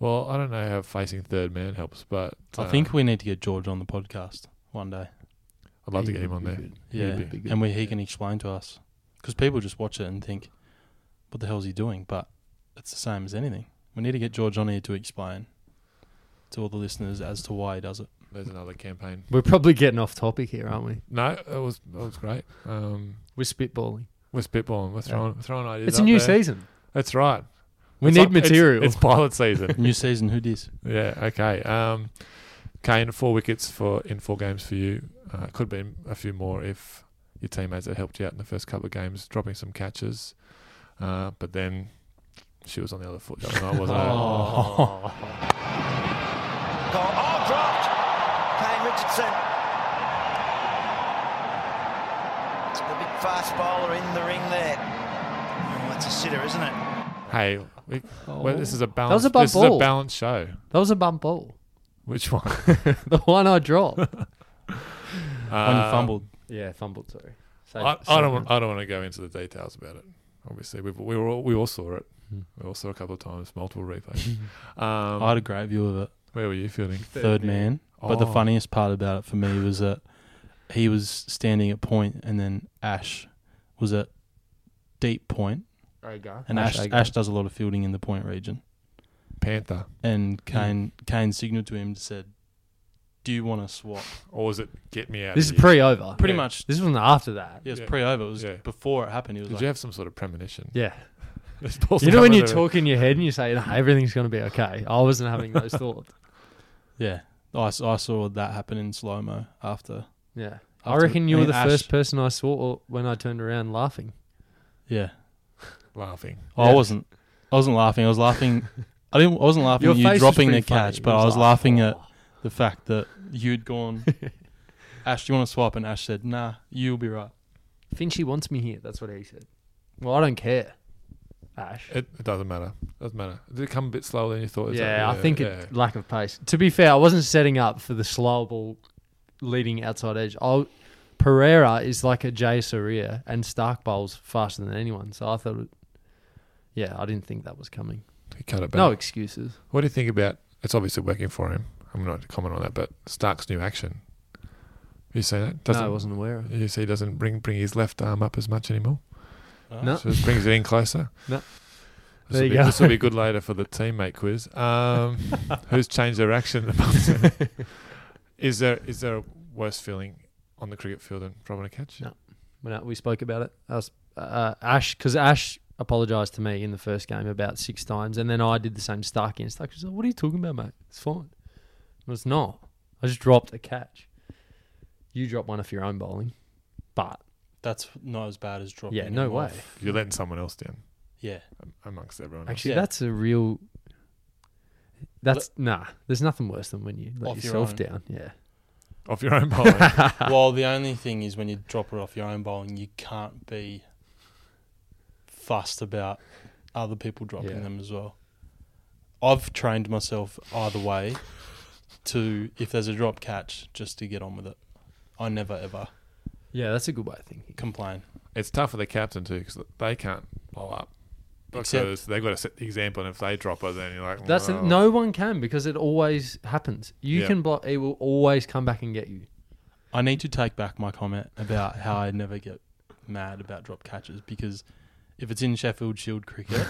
[SPEAKER 1] Well, I don't know how facing third man helps, but
[SPEAKER 3] I
[SPEAKER 1] uh,
[SPEAKER 3] think we need to get George on the podcast one day.
[SPEAKER 1] I'd love to
[SPEAKER 2] He
[SPEAKER 1] get him
[SPEAKER 2] would
[SPEAKER 1] on
[SPEAKER 2] be
[SPEAKER 1] there.
[SPEAKER 2] good. He
[SPEAKER 3] Yeah,
[SPEAKER 2] would be good.
[SPEAKER 3] and where he can explain to us, because people just watch it and think, "What the hell's he doing?" But it's the same as anything. We need to get George on here to explain to all the listeners as to why he does it.
[SPEAKER 1] There's another campaign.
[SPEAKER 2] We're probably getting off topic here, aren't we?
[SPEAKER 1] No, it was it was great. Um,
[SPEAKER 2] We're spitballing.
[SPEAKER 1] we're spitballing. We're
[SPEAKER 2] Yeah.
[SPEAKER 1] throwing we're throwing ideas.
[SPEAKER 2] It's, a new
[SPEAKER 1] out there.
[SPEAKER 2] season.
[SPEAKER 1] That's right.
[SPEAKER 2] We
[SPEAKER 1] It's
[SPEAKER 2] need
[SPEAKER 1] like- it's-
[SPEAKER 2] material.
[SPEAKER 1] It's, pilot season.
[SPEAKER 3] New season, who dis?
[SPEAKER 1] yeah. Okay. Um, Kane, four wickets for in four games for you. Uh, could have been a few more if your teammates had helped you out in the first couple of games, dropping some catches. Uh, but then she was on the other foot the other night, wasn't
[SPEAKER 3] Oh.
[SPEAKER 4] Go, oh, dropped. Kane Richardson. It's the big fast bowler in the ring there. Oh, that's a sitter, isn't it?
[SPEAKER 1] it? Hey, we, well, this is a
[SPEAKER 2] That was
[SPEAKER 1] balance.
[SPEAKER 2] a bump
[SPEAKER 1] This is a
[SPEAKER 2] ball.
[SPEAKER 1] balanced show.
[SPEAKER 2] That was a bump ball.
[SPEAKER 1] Which one?
[SPEAKER 2] The one I dropped.
[SPEAKER 3] When he
[SPEAKER 1] Um,
[SPEAKER 3] fumbled,
[SPEAKER 2] yeah, fumbled. Sorry.
[SPEAKER 1] I, I don't. Want, I don't want to go into the details about it. Obviously, we we were all, we all saw it.
[SPEAKER 2] Hmm.
[SPEAKER 1] We all saw it a couple of times, multiple replays. um,
[SPEAKER 3] I had a great view of it.
[SPEAKER 1] where were you fielding?
[SPEAKER 3] Third, man. But the
[SPEAKER 1] Oh.
[SPEAKER 3] funniest part about it for me was that he was standing at point, and then Ash was at deep point, and Ash, Ash, does a lot of fielding in the point region.
[SPEAKER 1] Panther,
[SPEAKER 3] And Kane Kane signalled to him and said, "Do you want to swap?"
[SPEAKER 1] or was it get me out?
[SPEAKER 2] This is
[SPEAKER 1] of here?
[SPEAKER 2] pre over.
[SPEAKER 3] Pretty
[SPEAKER 1] Yeah.
[SPEAKER 3] much.
[SPEAKER 2] This wasn't after that.
[SPEAKER 3] Yeah, it was
[SPEAKER 1] Yeah.
[SPEAKER 3] pre over. It was
[SPEAKER 1] Yeah.
[SPEAKER 3] before it happened. He was
[SPEAKER 1] Did
[SPEAKER 3] like,
[SPEAKER 1] you have some sort of premonition?
[SPEAKER 2] Yeah.
[SPEAKER 1] This ball's
[SPEAKER 2] You know when
[SPEAKER 1] coming
[SPEAKER 2] you
[SPEAKER 1] to-
[SPEAKER 2] talk in your head and you say, nah, everything's going to be okay. I wasn't having those thoughts.
[SPEAKER 3] "Yeah." I, s- I saw that happen in slow mo after.
[SPEAKER 2] Yeah. I
[SPEAKER 3] after-
[SPEAKER 2] reckon you
[SPEAKER 3] I
[SPEAKER 2] were
[SPEAKER 3] mean,
[SPEAKER 2] the
[SPEAKER 3] Ash-
[SPEAKER 2] first person I saw or- when I turned around laughing.
[SPEAKER 3] Yeah.
[SPEAKER 1] laughing?
[SPEAKER 3] I
[SPEAKER 2] Yeah.
[SPEAKER 3] wasn't. I wasn't laughing. I was laughing. I didn't. I wasn't laughing
[SPEAKER 2] Your
[SPEAKER 3] at
[SPEAKER 2] face
[SPEAKER 3] you
[SPEAKER 2] was
[SPEAKER 3] dropping the
[SPEAKER 2] pretty funny.
[SPEAKER 3] catch,
[SPEAKER 2] It
[SPEAKER 3] but I was
[SPEAKER 2] like,
[SPEAKER 3] laughing
[SPEAKER 2] "Oh."
[SPEAKER 3] at the fact that you'd gone. Ash, do you want to swap? And Ash said, "Nah, you'll be right."
[SPEAKER 2] Finchy wants me here. That's what he said. Well, I don't care, Ash.
[SPEAKER 1] It, it doesn't matter. doesn't matter. Did it come a bit slower than you thought? Is that-
[SPEAKER 2] yeah, I think
[SPEAKER 1] yeah.
[SPEAKER 2] it lack of pace. To be fair, I wasn't setting up for the slow ball leading outside edge. i Pereira is like a Jay Soria, and Stark bowls faster than anyone. So I thought, it, yeah, I didn't think that was coming.
[SPEAKER 1] He cut it back.
[SPEAKER 2] No excuses.
[SPEAKER 1] What do you think about? It's obviously working for him. I'm not to comment on that, but Stark's new action. You see that?
[SPEAKER 2] no, I wasn't aware of. it.
[SPEAKER 1] You see, he doesn't bring bring his left arm up as much anymore.
[SPEAKER 2] No.
[SPEAKER 1] So it brings it in closer.
[SPEAKER 2] No.
[SPEAKER 1] This
[SPEAKER 2] There
[SPEAKER 1] will,
[SPEAKER 2] you
[SPEAKER 1] be,
[SPEAKER 2] go.
[SPEAKER 1] this will be good later for the teammate quiz. Um, who's changed their action? the most? is there is there a worse feeling on the cricket field than dropping a catch?
[SPEAKER 2] No. When I- we spoke about it, I was, uh, Ash, because Ash apologized to me in the first game about six times, and then I did the same Stark and Stark was like, "What are you talking about, mate? It's fine." Well, it's not. I just dropped a catch. You dropped one off your own bowling, but
[SPEAKER 3] That's not as bad as dropping.
[SPEAKER 2] yeah, no
[SPEAKER 3] him
[SPEAKER 2] way.
[SPEAKER 3] off.
[SPEAKER 1] You're letting someone else down.
[SPEAKER 3] Yeah.
[SPEAKER 1] amongst everyone. else.
[SPEAKER 2] Actually,
[SPEAKER 3] Yeah.
[SPEAKER 2] that's a real. That's nah. There's nothing worse than when you let
[SPEAKER 3] Off your
[SPEAKER 2] yourself
[SPEAKER 3] own.
[SPEAKER 2] down. Yeah.
[SPEAKER 1] Off your own bowling.
[SPEAKER 3] well, the only thing is when you drop it off your own bowl and you can't be fussed about other people dropping
[SPEAKER 2] Yeah.
[SPEAKER 3] them as well. I've trained myself either way to if there's a drop catch, just to get on with it. I never ever
[SPEAKER 2] Yeah, that's a good way of thinking.
[SPEAKER 3] complain.
[SPEAKER 1] it's tough for the captain too because they can't blow up.
[SPEAKER 3] Except-
[SPEAKER 1] Because they've got to set the example, and if they drop it, then you're like,
[SPEAKER 2] That's
[SPEAKER 1] well,
[SPEAKER 2] no one can because it always happens. You
[SPEAKER 1] Yeah.
[SPEAKER 2] can block. It will always come back and get you.
[SPEAKER 3] I need to take back my comment about how I never get mad about drop catches because if it's in Sheffield Shield cricket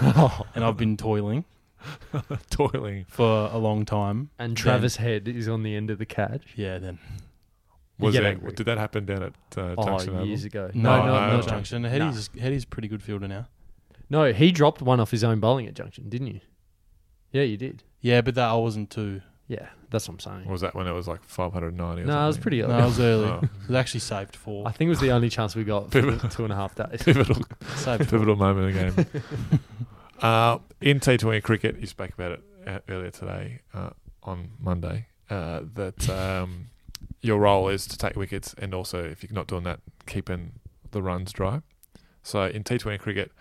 [SPEAKER 3] and I've been toiling
[SPEAKER 1] toiling.
[SPEAKER 3] for a long time,
[SPEAKER 2] And
[SPEAKER 3] then-
[SPEAKER 2] Travis Head is on the end of the catch.
[SPEAKER 3] yeah, then
[SPEAKER 2] You
[SPEAKER 1] Was
[SPEAKER 2] get angry.
[SPEAKER 1] that, did that happen down at uh,
[SPEAKER 2] Oh,
[SPEAKER 1] Junction Oval?
[SPEAKER 2] years ago.
[SPEAKER 3] no,
[SPEAKER 1] No,
[SPEAKER 3] no,
[SPEAKER 1] no,
[SPEAKER 3] no,
[SPEAKER 1] no.
[SPEAKER 3] Junction. Heady's Heady's a pretty good fielder now.
[SPEAKER 2] No, he dropped one off his own bowling at Junction, didn't you? Yeah, you did.
[SPEAKER 3] Yeah, but that I wasn't too.
[SPEAKER 2] Yeah, that's what I'm saying.
[SPEAKER 1] Or was that when it was like 590? or
[SPEAKER 2] no, it was
[SPEAKER 1] something?
[SPEAKER 2] pretty early.
[SPEAKER 3] No, it was early.
[SPEAKER 1] Oh.
[SPEAKER 3] It was actually saved four.
[SPEAKER 2] I think it was the only chance we got for the two and a half days.
[SPEAKER 1] pivotal,
[SPEAKER 3] saved four.
[SPEAKER 1] pivotal moment in the game. uh, in T20 cricket, you spoke about it uh, earlier today uh, on Monday. Uh, that um, your role is to take wickets, and also if you're not doing that, keeping the runs dry. So in T20 cricket,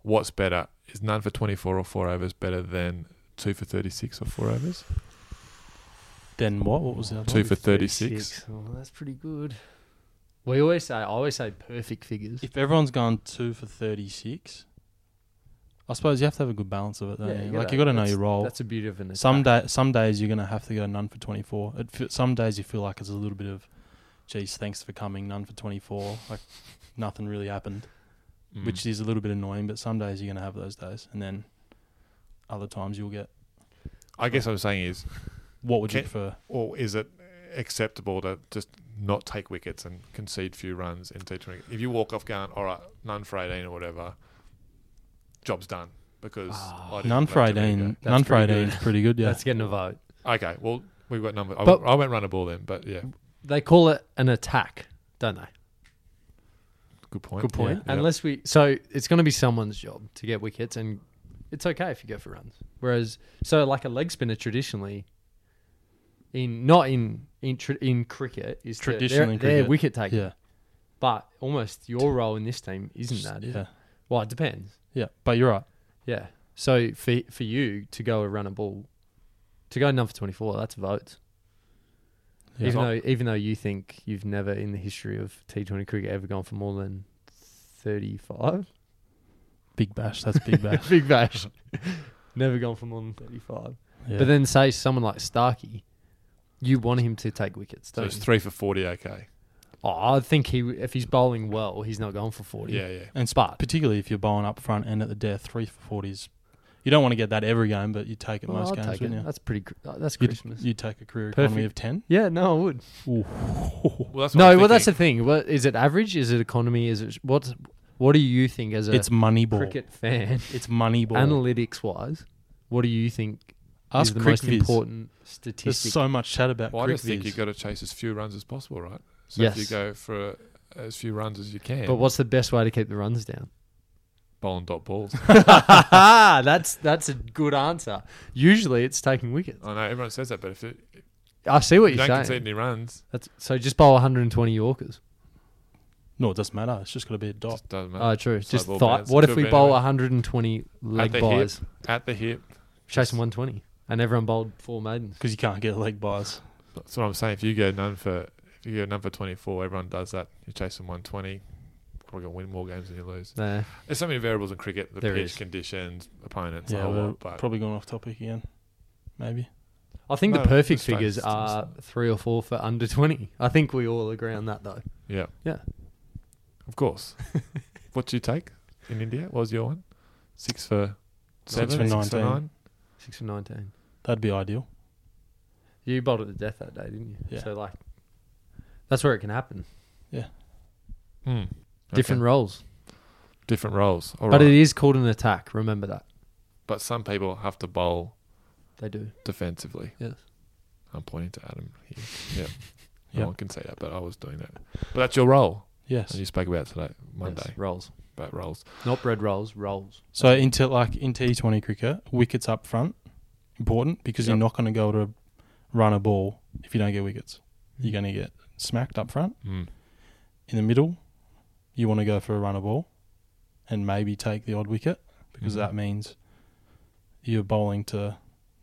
[SPEAKER 1] what's better? Is none for 24 or four overs better than two for 36 or four overs?
[SPEAKER 3] Then what? What was the other?
[SPEAKER 1] Two
[SPEAKER 3] one?
[SPEAKER 1] for 36.
[SPEAKER 2] Oh, that's pretty good. We always say, I always say perfect figures.
[SPEAKER 3] If everyone's gone two for thirty-six, I suppose you have to have a good balance of it, don't
[SPEAKER 2] Yeah,
[SPEAKER 3] you?
[SPEAKER 2] you
[SPEAKER 3] Like
[SPEAKER 2] gotta-
[SPEAKER 3] you got to know
[SPEAKER 2] that's-
[SPEAKER 3] your role.
[SPEAKER 2] That's a beauty of an
[SPEAKER 3] Some
[SPEAKER 2] attack.
[SPEAKER 3] day, some days you're gonna have to go none for twenty-four. It, fe- some days you feel like it's a little bit of, geez, thanks for coming, none for twenty-four. Like nothing really happened,
[SPEAKER 2] Hmm.
[SPEAKER 1] Mm.
[SPEAKER 3] which is a little bit annoying. But some days you're gonna have those days, and then other times you'll get.
[SPEAKER 1] I guess what I'm saying is,
[SPEAKER 3] What would you
[SPEAKER 1] Okay.
[SPEAKER 3] prefer?
[SPEAKER 1] or is it acceptable to just not take wickets and concede few runs in T20? If you walk off going, all right, none for 18 or whatever, job's done because
[SPEAKER 2] Ah.
[SPEAKER 1] I didn't
[SPEAKER 3] None
[SPEAKER 1] let
[SPEAKER 3] for
[SPEAKER 1] Jamaica
[SPEAKER 3] eighteen.
[SPEAKER 2] That's
[SPEAKER 3] None for
[SPEAKER 2] pretty
[SPEAKER 3] eighteen is pretty good. Yeah.
[SPEAKER 2] That's getting a vote.
[SPEAKER 1] go. Okay, well we've got number. I,
[SPEAKER 2] But-
[SPEAKER 1] went- I went run a ball then, but yeah,
[SPEAKER 2] They call it an attack, don't they?
[SPEAKER 1] good point.
[SPEAKER 2] Good point.
[SPEAKER 1] Yeah.
[SPEAKER 2] Unless we, so it's going to be someone's job to get wickets, and it's okay if you go for runs. Whereas, so like a leg spinner traditionally, in not in in tr- in cricket is
[SPEAKER 3] Traditionally
[SPEAKER 2] traditionally they're,
[SPEAKER 3] cricket.
[SPEAKER 2] wicket taking,
[SPEAKER 3] Yeah.
[SPEAKER 2] but almost your role in this team isn't that. is
[SPEAKER 3] yeah.
[SPEAKER 2] it? Well, it depends.
[SPEAKER 3] Yeah. But you're right.
[SPEAKER 2] Yeah. So for for you to go a run a ball, to go number twenty four, that's votes.
[SPEAKER 3] Yeah.
[SPEAKER 2] Even though even though you think you've never in the history of T twenty cricket ever gone for more than thirty five.
[SPEAKER 3] Big bash. That's big bash.
[SPEAKER 2] Big bash. never gone for more than thirty five.
[SPEAKER 3] Yeah.
[SPEAKER 2] But then say someone like Starkey, you want him to take wickets,
[SPEAKER 1] So
[SPEAKER 2] don't
[SPEAKER 1] it's
[SPEAKER 2] you?
[SPEAKER 1] three for 40, okay.
[SPEAKER 2] Oh, I think he if he's bowling well, he's not going for forty.
[SPEAKER 1] Yeah, yeah.
[SPEAKER 3] and
[SPEAKER 2] but-
[SPEAKER 3] but particularly if you're bowling up front and at the death, three for forties. You don't want to get that every game, but you take it
[SPEAKER 2] Well,
[SPEAKER 3] most
[SPEAKER 2] I'll
[SPEAKER 3] games,
[SPEAKER 2] take it.
[SPEAKER 3] wouldn't you?
[SPEAKER 2] That's pretty. cr- uh, That's
[SPEAKER 3] You'd-
[SPEAKER 2] Christmas.
[SPEAKER 3] You'd, take a career
[SPEAKER 2] Perfect.
[SPEAKER 3] economy of ten.
[SPEAKER 2] yeah, no, I would.
[SPEAKER 1] Well, that's what
[SPEAKER 2] Oh. No,
[SPEAKER 1] I'm
[SPEAKER 2] well, that's the
[SPEAKER 1] thinking.
[SPEAKER 2] thing. What is it? Average? Is it economy? Is it what? What do you think as a
[SPEAKER 3] It's money ball.
[SPEAKER 2] cricket fan,
[SPEAKER 3] It's money ball.
[SPEAKER 2] analytics wise? What do you think
[SPEAKER 3] Ask
[SPEAKER 2] is the
[SPEAKER 3] Crick
[SPEAKER 2] most
[SPEAKER 3] Viz.
[SPEAKER 2] important
[SPEAKER 3] There's
[SPEAKER 2] statistic?
[SPEAKER 3] so much chat about
[SPEAKER 1] Well, I
[SPEAKER 3] Crick
[SPEAKER 1] just think
[SPEAKER 3] Viz.
[SPEAKER 1] you've got to chase as few runs as possible, right? So if you
[SPEAKER 2] Yes.
[SPEAKER 1] go for as few runs as you can,
[SPEAKER 2] but what's the best way to keep the runs down?
[SPEAKER 1] bowling dot balls.
[SPEAKER 2] Ah, that's that's a good answer. Usually, it's taking wickets.
[SPEAKER 1] I know everyone says that, but if, it, if
[SPEAKER 2] I see what
[SPEAKER 1] you
[SPEAKER 2] you're
[SPEAKER 1] don't
[SPEAKER 2] saying.
[SPEAKER 1] concede any runs,
[SPEAKER 2] That's, so just bowl 120 Yorkers.
[SPEAKER 3] No, it doesn't matter. It's just got to be a
[SPEAKER 1] it
[SPEAKER 3] dot.
[SPEAKER 1] just doesn't matter.
[SPEAKER 2] Oh, true.
[SPEAKER 1] Side
[SPEAKER 2] Just
[SPEAKER 1] ball
[SPEAKER 2] thought.
[SPEAKER 1] bounce.
[SPEAKER 2] What
[SPEAKER 1] Could
[SPEAKER 2] if we
[SPEAKER 1] be
[SPEAKER 2] bowl
[SPEAKER 1] anywhere.
[SPEAKER 2] 120 leg
[SPEAKER 1] the hip.
[SPEAKER 2] buys,
[SPEAKER 1] at the hip.
[SPEAKER 2] chasing 120, and everyone bowled four maidens?
[SPEAKER 3] Because you can't get leg buys.
[SPEAKER 1] That's what I'm saying. If you go none for if you go none for 24, everyone does that. You're chasing 120. Probably gonna win more games than you lose.
[SPEAKER 2] Nah.
[SPEAKER 1] There's so many variables in cricket: the
[SPEAKER 2] There
[SPEAKER 1] pitch
[SPEAKER 2] is.
[SPEAKER 1] conditions, opponents, the
[SPEAKER 3] Yeah,
[SPEAKER 1] whole
[SPEAKER 3] we're
[SPEAKER 1] lot. But
[SPEAKER 3] probably going off topic again. Maybe.
[SPEAKER 2] I think
[SPEAKER 1] No,
[SPEAKER 2] the perfect
[SPEAKER 1] it's fine.
[SPEAKER 2] figures
[SPEAKER 1] It's- it's-
[SPEAKER 2] are three or four for under 20. I think we all agree on that, though.
[SPEAKER 1] yeah,
[SPEAKER 2] Yeah.
[SPEAKER 1] of course. what do you take in India? What was your one? Six for seven,
[SPEAKER 3] for
[SPEAKER 1] six for
[SPEAKER 3] 19.
[SPEAKER 1] nine.
[SPEAKER 2] Six for 19.
[SPEAKER 3] That'd be ideal.
[SPEAKER 2] You bowled it to death that day, didn't you?
[SPEAKER 3] Yeah.
[SPEAKER 2] So, like, that's where it can happen.
[SPEAKER 1] Hmm. Okay.
[SPEAKER 2] Different roles.
[SPEAKER 1] different roles. All right.
[SPEAKER 2] but
[SPEAKER 1] but
[SPEAKER 2] it is called an attack. Remember that.
[SPEAKER 1] some people have to bowl
[SPEAKER 2] They do.
[SPEAKER 1] defensively.
[SPEAKER 2] Yes.
[SPEAKER 1] I'm pointing to Adam here. Yeah, no
[SPEAKER 3] Yep.
[SPEAKER 1] one can say that, but I was doing that. But that's your role,
[SPEAKER 3] Yes.
[SPEAKER 1] and you spoke about it today, Monday.
[SPEAKER 2] Yes, roles.
[SPEAKER 1] but rolls.
[SPEAKER 2] Not bread rolls, rolls.
[SPEAKER 3] So into like in T twenty cricket, wickets up front important because you're
[SPEAKER 1] Yep.
[SPEAKER 3] not going to go to run a ball if you don't get wickets. You're going to get smacked up front.
[SPEAKER 1] Mm.
[SPEAKER 3] In the middle, you want to go for a runner ball and maybe take the odd wicket because
[SPEAKER 1] Mhm.
[SPEAKER 3] that means you're bowling to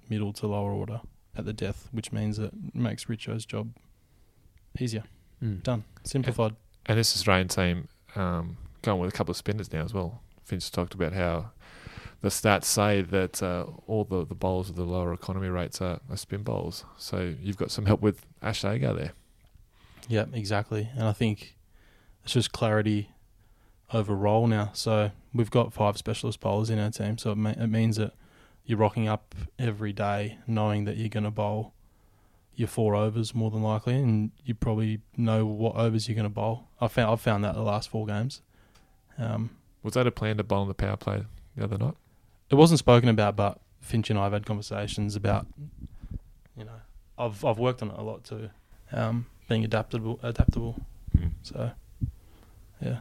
[SPEAKER 3] middle to lower order at the death, which means that it makes Richo's job easier.
[SPEAKER 2] Mm.
[SPEAKER 3] Done. Simplified.
[SPEAKER 1] And this Australian team um, going with a couple of spinners now as well. Finch talked about how the stats say that uh, all the, the bowls with the lower economy rates are, are spin bowls. So you've got some help with Ash Agar there.
[SPEAKER 3] Yep, exactly. And I think it's just clarity over role now. So we've got five specialist bowlers in our team. So it, ma- it means that you're rocking up every day knowing that you're going to bowl your four overs more than likely. And you probably know what overs you're going to bowl. I found, I've found that the last four games. Um,
[SPEAKER 1] Was that a plan to bowl in the power play the other night?
[SPEAKER 3] it wasn't spoken about, but Finch and I have had conversations about, you know, I've I've worked on it a lot too, um, being adaptable, adaptable.
[SPEAKER 1] Mm.
[SPEAKER 3] So, yeah,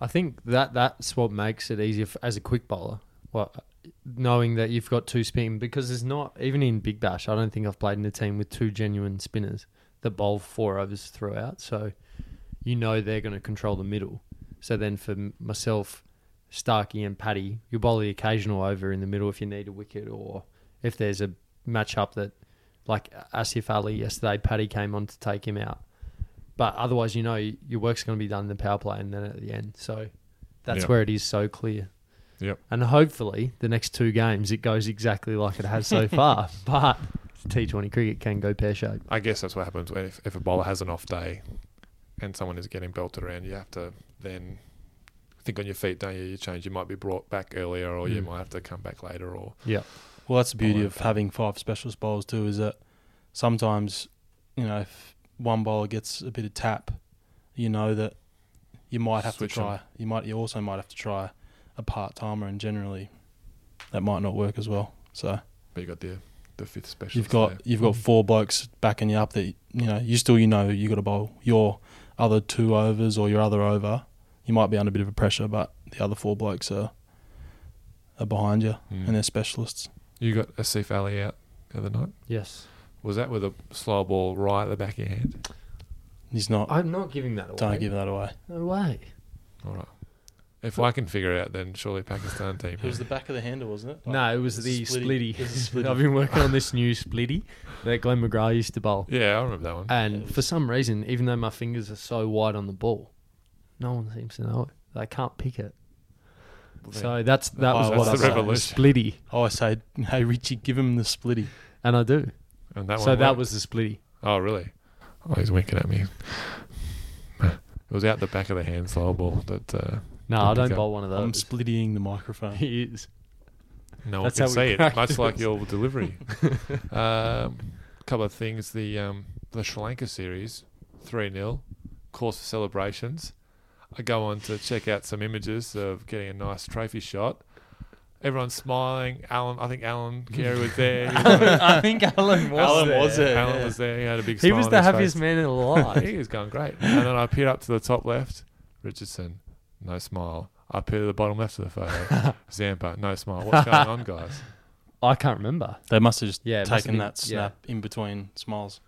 [SPEAKER 2] I think that that's what makes it easier for, as a quick bowler. Well, knowing that you've got two spin because there's not even in Big Bash. I don't think I've played in a team with two genuine spinners that bowl four overs throughout. So you know they're going to control the middle. So then for m- myself, Starkey and Paddy, you bowl the occasional over in the middle if you need a wicket or if there's a matchup that, like Asif Ali yesterday, Paddy came on to take him out but otherwise, you know, your work's going to be done in the power play and then at the end. So that's
[SPEAKER 1] Yeah.
[SPEAKER 2] where it is so clear.
[SPEAKER 1] Yep.
[SPEAKER 2] And hopefully, the next two games it goes exactly like it has so far. But T20 cricket can go pear shaped.
[SPEAKER 1] I guess that's what happens when if, if a bowler has an off day and someone is getting belted around, you have to then think on your feet, don't you? You change. You might be brought back earlier or you
[SPEAKER 2] Mm.
[SPEAKER 1] might have to come back later or
[SPEAKER 2] Yeah.
[SPEAKER 3] well, that's the beauty
[SPEAKER 1] Bowler.
[SPEAKER 3] of having five specialist bowlers too, is that sometimes, you know, if one bowler gets a bit of tap, you know that you might have
[SPEAKER 1] Switch
[SPEAKER 3] to
[SPEAKER 1] 'em.
[SPEAKER 3] try. You might you also might have to try a part timer, and generally, that might not work as well. So.
[SPEAKER 1] But you got the the fifth specialist.
[SPEAKER 3] You've got
[SPEAKER 1] there.
[SPEAKER 3] you've got four blokes backing you up that you know you still you know you got to bowl your other two overs or your other over. You might be under a bit of a pressure, but the other four blokes are are behind you
[SPEAKER 1] Mm.
[SPEAKER 3] and they're specialists.
[SPEAKER 1] you got Asif Ali out the other night.
[SPEAKER 2] Yes.
[SPEAKER 1] Was that with a slow ball right at the back of your hand?
[SPEAKER 3] He's not.
[SPEAKER 2] I'm not giving that away.
[SPEAKER 3] don't give that away.
[SPEAKER 2] No way.
[SPEAKER 1] All right. If I can figure it out, then surely Pakistan team.
[SPEAKER 3] It was the back of the handle, wasn't it?
[SPEAKER 2] no, it was
[SPEAKER 3] it's
[SPEAKER 2] the
[SPEAKER 3] a
[SPEAKER 2] splitty.
[SPEAKER 3] splitty. It's a splitty.
[SPEAKER 2] I've been working on this new splitty that Glenn McGrath used to bowl.
[SPEAKER 1] yeah, I remember that one.
[SPEAKER 3] It
[SPEAKER 2] And
[SPEAKER 3] was-
[SPEAKER 2] for some reason, even though my fingers are so wide on the ball, no one seems to know it. They can't pick it. So that's that was
[SPEAKER 3] Oh,
[SPEAKER 2] what I
[SPEAKER 3] that's
[SPEAKER 2] said.
[SPEAKER 3] the
[SPEAKER 1] revolution.
[SPEAKER 2] Splitty,
[SPEAKER 3] Oh, I always say, hey Richie, give him the splitty.
[SPEAKER 2] and I do.
[SPEAKER 1] and that
[SPEAKER 2] so
[SPEAKER 1] one
[SPEAKER 2] that
[SPEAKER 1] worked.
[SPEAKER 2] was the splitty.
[SPEAKER 1] Oh, really? Oh, he's winking at me. it was out the back of the hand slow ball that uh,
[SPEAKER 2] No,
[SPEAKER 1] Don't
[SPEAKER 2] I don't
[SPEAKER 1] pick up.
[SPEAKER 2] bowl one of
[SPEAKER 3] I'm
[SPEAKER 2] those.
[SPEAKER 3] splittying the microphone.
[SPEAKER 2] he is.
[SPEAKER 1] no
[SPEAKER 2] That's
[SPEAKER 1] one
[SPEAKER 2] how
[SPEAKER 1] can
[SPEAKER 2] we
[SPEAKER 1] see it, much like
[SPEAKER 2] practice.
[SPEAKER 1] your delivery. A couple of things. The um, the Sri Lanka series, 3 0, course for celebrations. I go on to check out some images of getting a nice trophy shot. Everyone's smiling. Alan, I think Alan Carey was there. He was having-
[SPEAKER 2] I think Alan was
[SPEAKER 3] Alan
[SPEAKER 2] there.
[SPEAKER 3] was there.
[SPEAKER 1] Alan
[SPEAKER 3] yeah.
[SPEAKER 1] was there. He had a big smile.
[SPEAKER 2] He was
[SPEAKER 1] on
[SPEAKER 2] the
[SPEAKER 1] his
[SPEAKER 2] happiest
[SPEAKER 1] face.
[SPEAKER 2] man in
[SPEAKER 1] Oh,
[SPEAKER 2] alive.
[SPEAKER 1] he was going great. And then I peered up to the top left. Richardson, no smile. I peered to the bottom left of the photo. Zampa, no smile. What's going on, guys?
[SPEAKER 2] I can't remember.
[SPEAKER 3] They must have just
[SPEAKER 2] Yeah, it must
[SPEAKER 3] taken
[SPEAKER 2] have
[SPEAKER 3] that
[SPEAKER 2] been- yeah.
[SPEAKER 3] snap in between smiles.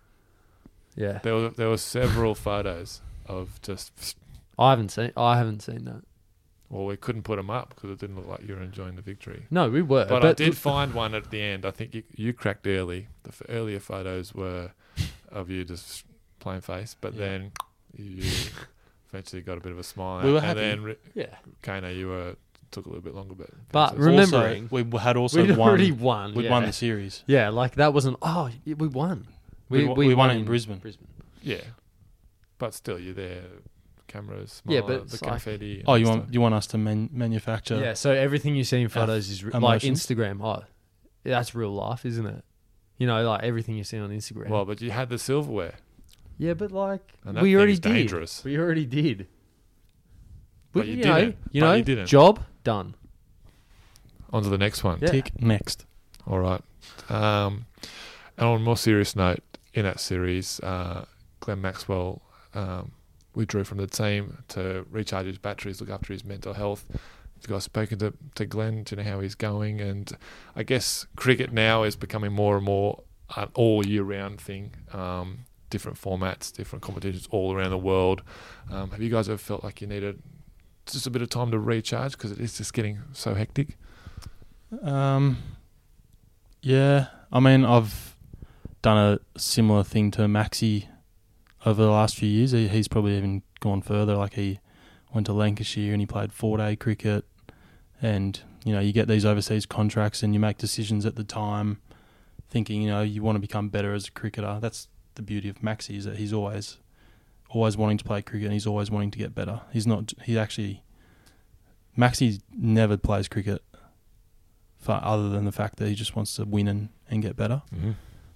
[SPEAKER 2] Yeah,
[SPEAKER 1] There were there were several photos of just.
[SPEAKER 2] I haven't seen. I haven't seen that.
[SPEAKER 1] Well, we couldn't put them up because it didn't look like you were enjoying the victory.
[SPEAKER 2] No, we
[SPEAKER 3] Uh,
[SPEAKER 2] were.
[SPEAKER 1] But, I did find one at the end. I think you, you cracked early. The f- earlier photos were of you just plain face, but
[SPEAKER 3] Yeah.
[SPEAKER 1] then you eventually got a bit of a smile.
[SPEAKER 3] We were
[SPEAKER 1] out.
[SPEAKER 3] happy.
[SPEAKER 1] And then
[SPEAKER 2] Yeah,
[SPEAKER 1] Kano, you were took a little bit longer, but
[SPEAKER 2] But
[SPEAKER 1] Princess-
[SPEAKER 2] Remembering-
[SPEAKER 3] also, we had also
[SPEAKER 2] we'd
[SPEAKER 3] won.
[SPEAKER 2] already won.
[SPEAKER 3] We'd
[SPEAKER 2] yeah.
[SPEAKER 3] won the series.
[SPEAKER 2] Yeah, like that wasn't. Oh, we won.
[SPEAKER 3] We, we, won, it in Brisbane.
[SPEAKER 2] Brisbane.
[SPEAKER 1] Yeah, but still, you're there. Cameras,
[SPEAKER 2] Yeah,
[SPEAKER 1] yeah,
[SPEAKER 2] but
[SPEAKER 1] but the
[SPEAKER 2] it's like-
[SPEAKER 1] confetti. and
[SPEAKER 3] Oh, you
[SPEAKER 1] stuff.
[SPEAKER 3] want you want us to man, manufacture?
[SPEAKER 2] Yeah, so everything you see in photos is re- like
[SPEAKER 3] emotions.
[SPEAKER 2] Instagram. Oh, that's real life, isn't it? You know, like everything you see on Instagram.
[SPEAKER 1] Well, but you had the silverware.
[SPEAKER 2] yeah, but like
[SPEAKER 1] And that
[SPEAKER 2] we
[SPEAKER 1] thing
[SPEAKER 2] already
[SPEAKER 1] is
[SPEAKER 2] did.
[SPEAKER 1] dangerous.
[SPEAKER 2] We already did.
[SPEAKER 1] But
[SPEAKER 2] We-
[SPEAKER 1] you
[SPEAKER 2] know,
[SPEAKER 1] didn't.
[SPEAKER 2] You
[SPEAKER 1] But
[SPEAKER 2] know,
[SPEAKER 1] you didn't.
[SPEAKER 2] job done.
[SPEAKER 1] On to the next one.
[SPEAKER 2] Yeah.
[SPEAKER 3] Tick next.
[SPEAKER 1] All right. Um, and on a more serious note, in that series, uh, Glenn Maxwell um, withdrew from the team to recharge his batteries, look after his mental health. You guys spoken to, to Glenn? Do you know how he's going? And I guess cricket now is becoming more and more an all year round thing. Um, different formats, different competitions all around the world. Um, have you guys ever felt like you needed just a bit of time to recharge because it is just getting so hectic?
[SPEAKER 3] Um, yeah, I mean, I've done a similar thing to Maxi over the last few years. He, he's probably even gone further. Like he went to Lancashire and he played four day cricket, and you know you get these overseas contracts and you make decisions at the time, thinking you know you want to become better as a cricketer. That's the beauty of Maxi is that he's always always wanting to play cricket and he's always wanting to get better. He's not. He actually Maxi never plays cricket for other than the fact that he just wants to win and, and get better.
[SPEAKER 1] Mm-hmm.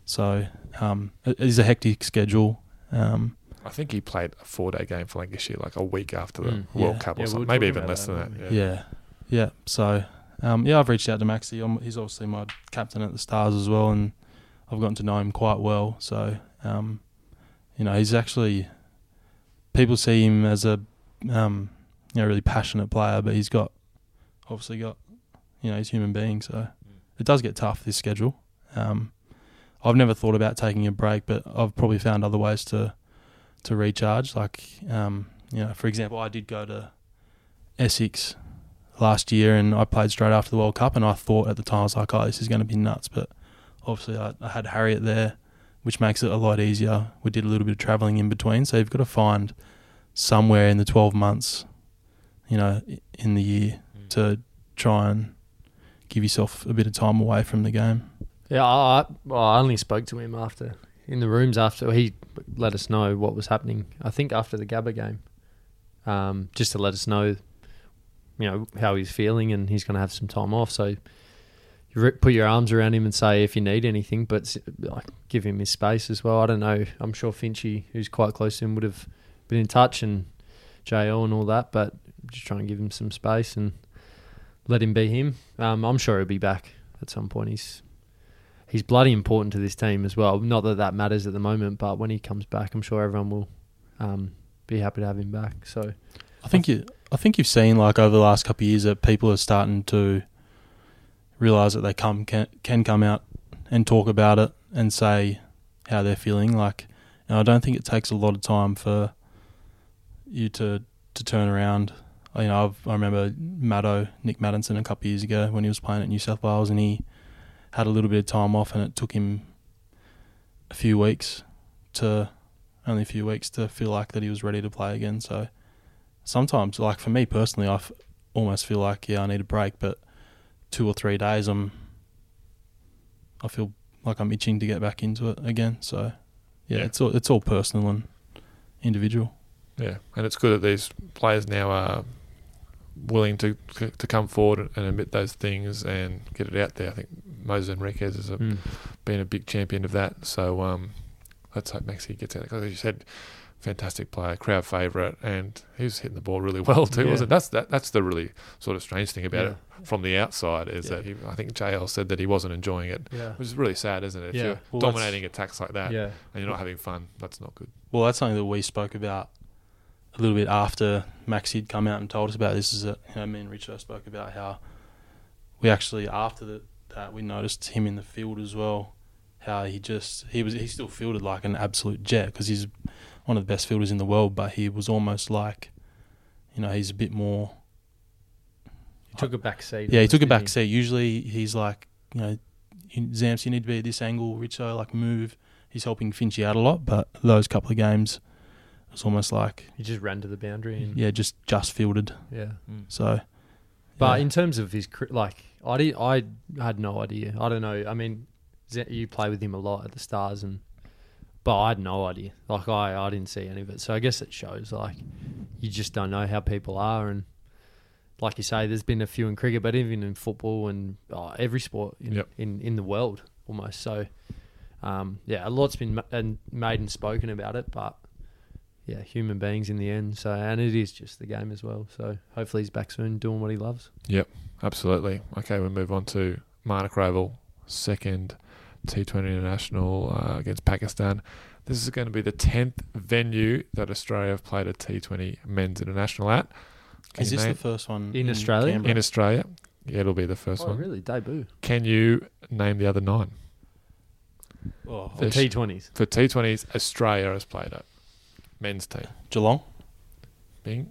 [SPEAKER 3] So um, it it is a hectic schedule. Um,
[SPEAKER 1] I think he played a four day game for Lancashire like a week after the
[SPEAKER 2] Mm,
[SPEAKER 1] World
[SPEAKER 3] yeah.
[SPEAKER 1] Cup or
[SPEAKER 2] Yeah, we were
[SPEAKER 1] something, maybe
[SPEAKER 2] talking
[SPEAKER 1] even
[SPEAKER 2] about
[SPEAKER 1] less
[SPEAKER 2] that,
[SPEAKER 1] than
[SPEAKER 2] weren't
[SPEAKER 1] that.
[SPEAKER 3] yeah. yeah, So um, yeah, I've reached out to Maxi. i he's obviously my captain at the Stars as well, and I've gotten to know him quite well. So um, you know, he's actually people see him as a um, you know really passionate player, but he's got obviously got you know he's a human being, so it does get tough this schedule. Um, I've never thought about taking a break, but I've probably found other ways to to recharge. Like um, you know, for example, I did go to Essex last year, and I played straight after the World Cup, and I thought at the time I was like, "Oh, this is going to be nuts," but obviously I, I had Harriet there, which makes it a lot easier. We did a little bit of travelling in between, so you've got to find somewhere in the twelve months, you know, i- in the year
[SPEAKER 1] Mm.
[SPEAKER 3] to try and give yourself a bit of time away from the game.
[SPEAKER 2] Yeah, I, I- well, I only spoke to him after in the rooms after he let us know what was happening. I think after the Gabba game, um, just to let us know, you know, how he's feeling and he's going to have some time off. So you re- put your arms around him and say if you need anything, but s- like, give him his space as well. I don't know. I'm sure Finchy, who's quite close to him, would have been in touch and JL and all that, but just try and give him some space and let him be him. Um, I'm sure he'll be back at some point. He's he's bloody important to this team as well. Not that that matters at the moment, but when he comes back, I'm sure everyone will um, be happy to have him back. So
[SPEAKER 3] I think you. I think you've seen like over the last couple of years that people are starting to realize that they come can, can come out and talk about it and say how they're feeling. Like, and I don't think it takes a lot of time for you to to turn around. You know, I've, I remember Maddo, Nick Maddinson, a couple of years ago when he was playing at New South Wales, and he had a little bit of time off, and it took him a few weeks to only a few weeks to feel like that he was ready to play again. So sometimes, like for me personally, I f- almost feel like yeah, I need a break, but two or three days, I'm, I feel like I'm itching to get back into it again. So, yeah,
[SPEAKER 1] Yeah.
[SPEAKER 3] it's all it's all personal and individual.
[SPEAKER 1] Yeah, and it's good that these players now are willing to to come forward and admit those things and get it out there. I think Moses Enriquez has a,
[SPEAKER 2] mm.
[SPEAKER 1] been a big champion of that. So um, let's hope Maxi gets out. Because as you said, fantastic player, crowd favourite, and he was hitting the ball really well too,
[SPEAKER 2] Yeah.
[SPEAKER 1] wasn't? That's that. That's the really sort of strange thing about
[SPEAKER 2] yeah,
[SPEAKER 1] it from the outside is
[SPEAKER 3] Yeah.
[SPEAKER 1] that he, I think JL said that he wasn't enjoying it,
[SPEAKER 2] yeah,
[SPEAKER 1] which is really sad, isn't it? If
[SPEAKER 2] Yeah.
[SPEAKER 1] you're
[SPEAKER 3] Well, that's-
[SPEAKER 1] dominating attacks like that
[SPEAKER 2] yeah,
[SPEAKER 1] and you're not having fun, that's not good.
[SPEAKER 3] Well, that's something that we spoke about a little bit after Maxi had come out and told us about this. Is that you know me and Richo spoke about how we actually after the, that we noticed him in the field as well. How he just he was he still fielded like an absolute jet because he's one of the best fielders in the world, but he was almost like you know he's a bit more
[SPEAKER 2] He took a back seat.
[SPEAKER 3] yeah, he took a
[SPEAKER 2] didn't
[SPEAKER 3] back seat. Usually he's like, you know, you- Zamps, you need to be at this angle. Richo, like, move. He's helping Finchie out a lot, but those couple of games, it was almost like,
[SPEAKER 2] He just ran to the boundary. And,
[SPEAKER 3] yeah, just just fielded.
[SPEAKER 2] yeah.
[SPEAKER 3] So,
[SPEAKER 2] But
[SPEAKER 3] yeah.
[SPEAKER 2] in terms of his cri- like, I did, I had no idea. I don't know. I mean, Z- you play with him a lot at the Stars, and but I had no idea. Like I, I didn't see any of it. So I guess it shows like you just don't know how people are, and like you say, there's been a few in cricket, but even in football and uh, every sport in,
[SPEAKER 1] Yep.
[SPEAKER 2] in in the world almost. So um, yeah, a lot's been ma- and made and spoken about it, but. Yeah, human beings in the end. So, and it is just the game as well. So, hopefully, he's back soon doing what he loves.
[SPEAKER 1] Absolutely. Okay, we move on to Marnock Oval, second T20 International uh, against Pakistan. This is going to be the 10th venue that Australia have played a T20 Men's International at. Can
[SPEAKER 3] Is
[SPEAKER 1] you
[SPEAKER 3] this
[SPEAKER 1] name-
[SPEAKER 3] the first one
[SPEAKER 2] In Australia?
[SPEAKER 3] Canberra?
[SPEAKER 1] in Australia? Yeah, it'll be the first
[SPEAKER 2] Oh,
[SPEAKER 1] one.
[SPEAKER 2] really? Debut
[SPEAKER 1] Can you name the other nine?
[SPEAKER 3] Oh,
[SPEAKER 2] for
[SPEAKER 1] Fish.
[SPEAKER 2] T20s.
[SPEAKER 1] For T20s, Australia has played it. Men's team.
[SPEAKER 3] Geelong,
[SPEAKER 1] Bing.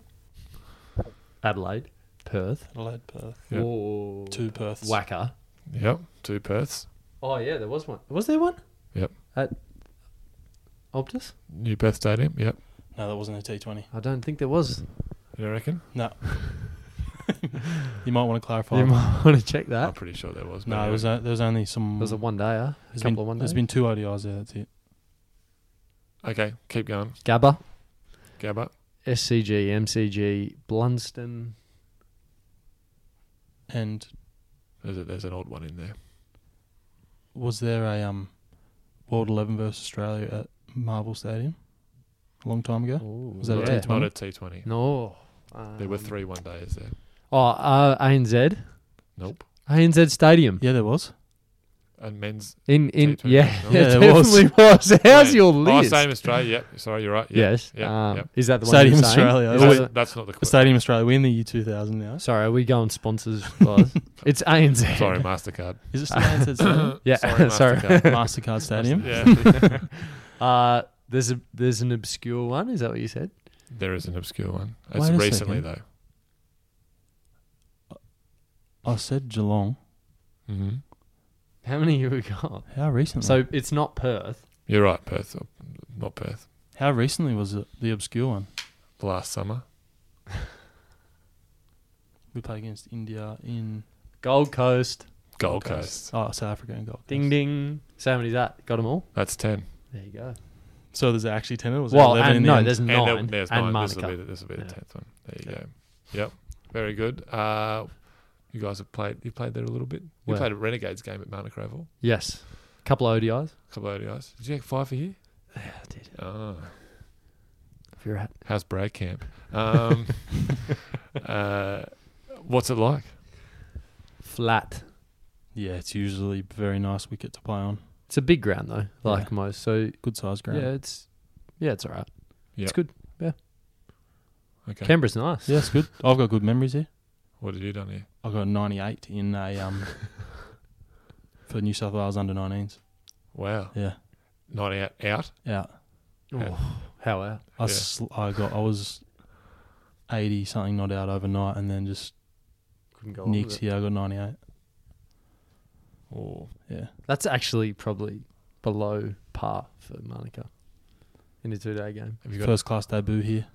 [SPEAKER 2] Adelaide, Perth,
[SPEAKER 3] Adelaide, Perth,
[SPEAKER 1] Yep.
[SPEAKER 2] or
[SPEAKER 3] two Perths.
[SPEAKER 2] Wacker.
[SPEAKER 1] Yep. Two Perths.
[SPEAKER 2] Oh yeah, there was one. Was there one?
[SPEAKER 1] Yep.
[SPEAKER 2] At Optus?
[SPEAKER 1] New Perth Stadium. Yep.
[SPEAKER 3] No, that wasn't a T twenty.
[SPEAKER 2] I don't think there was.
[SPEAKER 1] You reckon?
[SPEAKER 3] No. you might want to clarify.
[SPEAKER 2] You might want to check
[SPEAKER 1] I'm
[SPEAKER 2] that.
[SPEAKER 1] pretty sure there was. but
[SPEAKER 3] no,
[SPEAKER 1] anyway.
[SPEAKER 3] it was a, there was only some.
[SPEAKER 2] It was a one day, huh? A
[SPEAKER 3] there's
[SPEAKER 2] couple
[SPEAKER 3] been,
[SPEAKER 2] of one days.
[SPEAKER 3] There's been two ODIs there. That's it.
[SPEAKER 1] Okay, keep going.
[SPEAKER 2] Gabba,
[SPEAKER 1] Gabba.
[SPEAKER 2] SCG, MCG, Blunston.
[SPEAKER 3] And
[SPEAKER 1] There's, a, there's an odd one in there.
[SPEAKER 3] was there a um, World Eleven versus Australia at Marvel Stadium a long time ago? Was that a
[SPEAKER 1] not,
[SPEAKER 2] yeah.
[SPEAKER 1] a, not
[SPEAKER 3] T20?
[SPEAKER 1] a T20.
[SPEAKER 2] No. Um,
[SPEAKER 1] There were three one days there.
[SPEAKER 2] Oh, uh, ANZ.
[SPEAKER 1] Nope.
[SPEAKER 2] ANZ Stadium.
[SPEAKER 3] Yeah, there was.
[SPEAKER 1] And men's.
[SPEAKER 2] In in
[SPEAKER 1] T20,
[SPEAKER 2] yeah,
[SPEAKER 1] no?
[SPEAKER 2] it
[SPEAKER 3] Yeah, there was.
[SPEAKER 2] definitely was. How's
[SPEAKER 1] Yeah.
[SPEAKER 2] your
[SPEAKER 1] Oh,
[SPEAKER 2] list?
[SPEAKER 1] same Australia. Yep. Sorry, you're right. Yep.
[SPEAKER 2] Yes.
[SPEAKER 1] Yep.
[SPEAKER 2] um,
[SPEAKER 1] yep.
[SPEAKER 2] Is that the
[SPEAKER 3] Stadium
[SPEAKER 2] one you're saying?
[SPEAKER 3] Australia.
[SPEAKER 2] Is
[SPEAKER 3] Oh,
[SPEAKER 2] that
[SPEAKER 3] wait.
[SPEAKER 1] That's, that's not the question.
[SPEAKER 3] Stadium Australia. We're in the year two thousand now.
[SPEAKER 2] the- Sorry, are we going sponsors, guys? it's ANZ.
[SPEAKER 1] Sorry, Mastercard.
[SPEAKER 3] Is it still ANZ Stadium?
[SPEAKER 2] Yeah,
[SPEAKER 1] Sorry,
[SPEAKER 2] sorry.
[SPEAKER 1] Mastercard.
[SPEAKER 3] Mastercard Stadium.
[SPEAKER 1] yeah.
[SPEAKER 2] Uh, there's a there's an obscure one. Is that what you said?
[SPEAKER 1] there is an obscure one. It's
[SPEAKER 3] Wait a
[SPEAKER 1] recently
[SPEAKER 3] I said Geelong.
[SPEAKER 1] though. Mm-hmm.
[SPEAKER 2] How many have we got?
[SPEAKER 3] How recently?
[SPEAKER 2] So it's not Perth.
[SPEAKER 1] You're right, Perth. or- Not Perth.
[SPEAKER 3] how recently was it the obscure one?
[SPEAKER 1] Last summer.
[SPEAKER 3] We played against India in
[SPEAKER 2] Gold Coast.
[SPEAKER 1] Gold Coast.
[SPEAKER 3] Oh, South Africa and Gold. Coast.
[SPEAKER 2] Ding ding. So how many's that? Got them all.
[SPEAKER 1] That's ten.
[SPEAKER 2] There you go.
[SPEAKER 3] So there's actually ten. Or was
[SPEAKER 2] well,
[SPEAKER 3] there eleven?
[SPEAKER 2] and
[SPEAKER 3] in the
[SPEAKER 2] no,
[SPEAKER 3] end?
[SPEAKER 2] there's
[SPEAKER 1] And
[SPEAKER 2] nine.
[SPEAKER 1] there-
[SPEAKER 2] And,
[SPEAKER 1] there's nine. This will be the, this will be the
[SPEAKER 2] Yeah.
[SPEAKER 1] tenth one. There you go. Yep. Very good. Uh, you guys have played. You played there a little bit. You
[SPEAKER 2] Where?
[SPEAKER 1] played a Renegades game at Marnock Oval.
[SPEAKER 2] Yes. Couple of ODIs.
[SPEAKER 1] couple of ODIs. Did you get five for here?
[SPEAKER 2] Yeah, I did.
[SPEAKER 1] Oh,
[SPEAKER 2] If you're at
[SPEAKER 1] how's Brad Camp? Um, uh, what's it like?
[SPEAKER 2] flat.
[SPEAKER 3] Yeah, it's usually very nice wicket to play on.
[SPEAKER 2] It's a big ground though, like
[SPEAKER 3] Yeah.
[SPEAKER 2] most. So
[SPEAKER 3] Good size ground.
[SPEAKER 2] yeah,
[SPEAKER 3] Yeah,
[SPEAKER 2] it's yeah, it's all right.
[SPEAKER 1] Yeah.
[SPEAKER 2] It's good.
[SPEAKER 1] Okay.
[SPEAKER 2] Canberra's nice.
[SPEAKER 3] it's good. I've got good memories here.
[SPEAKER 1] What have you done here?
[SPEAKER 3] I got 98 in a um for New South Wales under 19s.
[SPEAKER 1] Wow.
[SPEAKER 3] Yeah,
[SPEAKER 1] Not out. Out.
[SPEAKER 3] out.
[SPEAKER 2] Oh, how out?
[SPEAKER 3] I,
[SPEAKER 1] Yeah.
[SPEAKER 3] sl- I got. I was 80 something not out overnight, and then just
[SPEAKER 2] Couldn't go.
[SPEAKER 3] nicked here. I got 98.
[SPEAKER 1] Oh,
[SPEAKER 3] Yeah,
[SPEAKER 2] That's actually probably below par for Monica in a two-day game.
[SPEAKER 1] have you got?
[SPEAKER 3] first class debut here.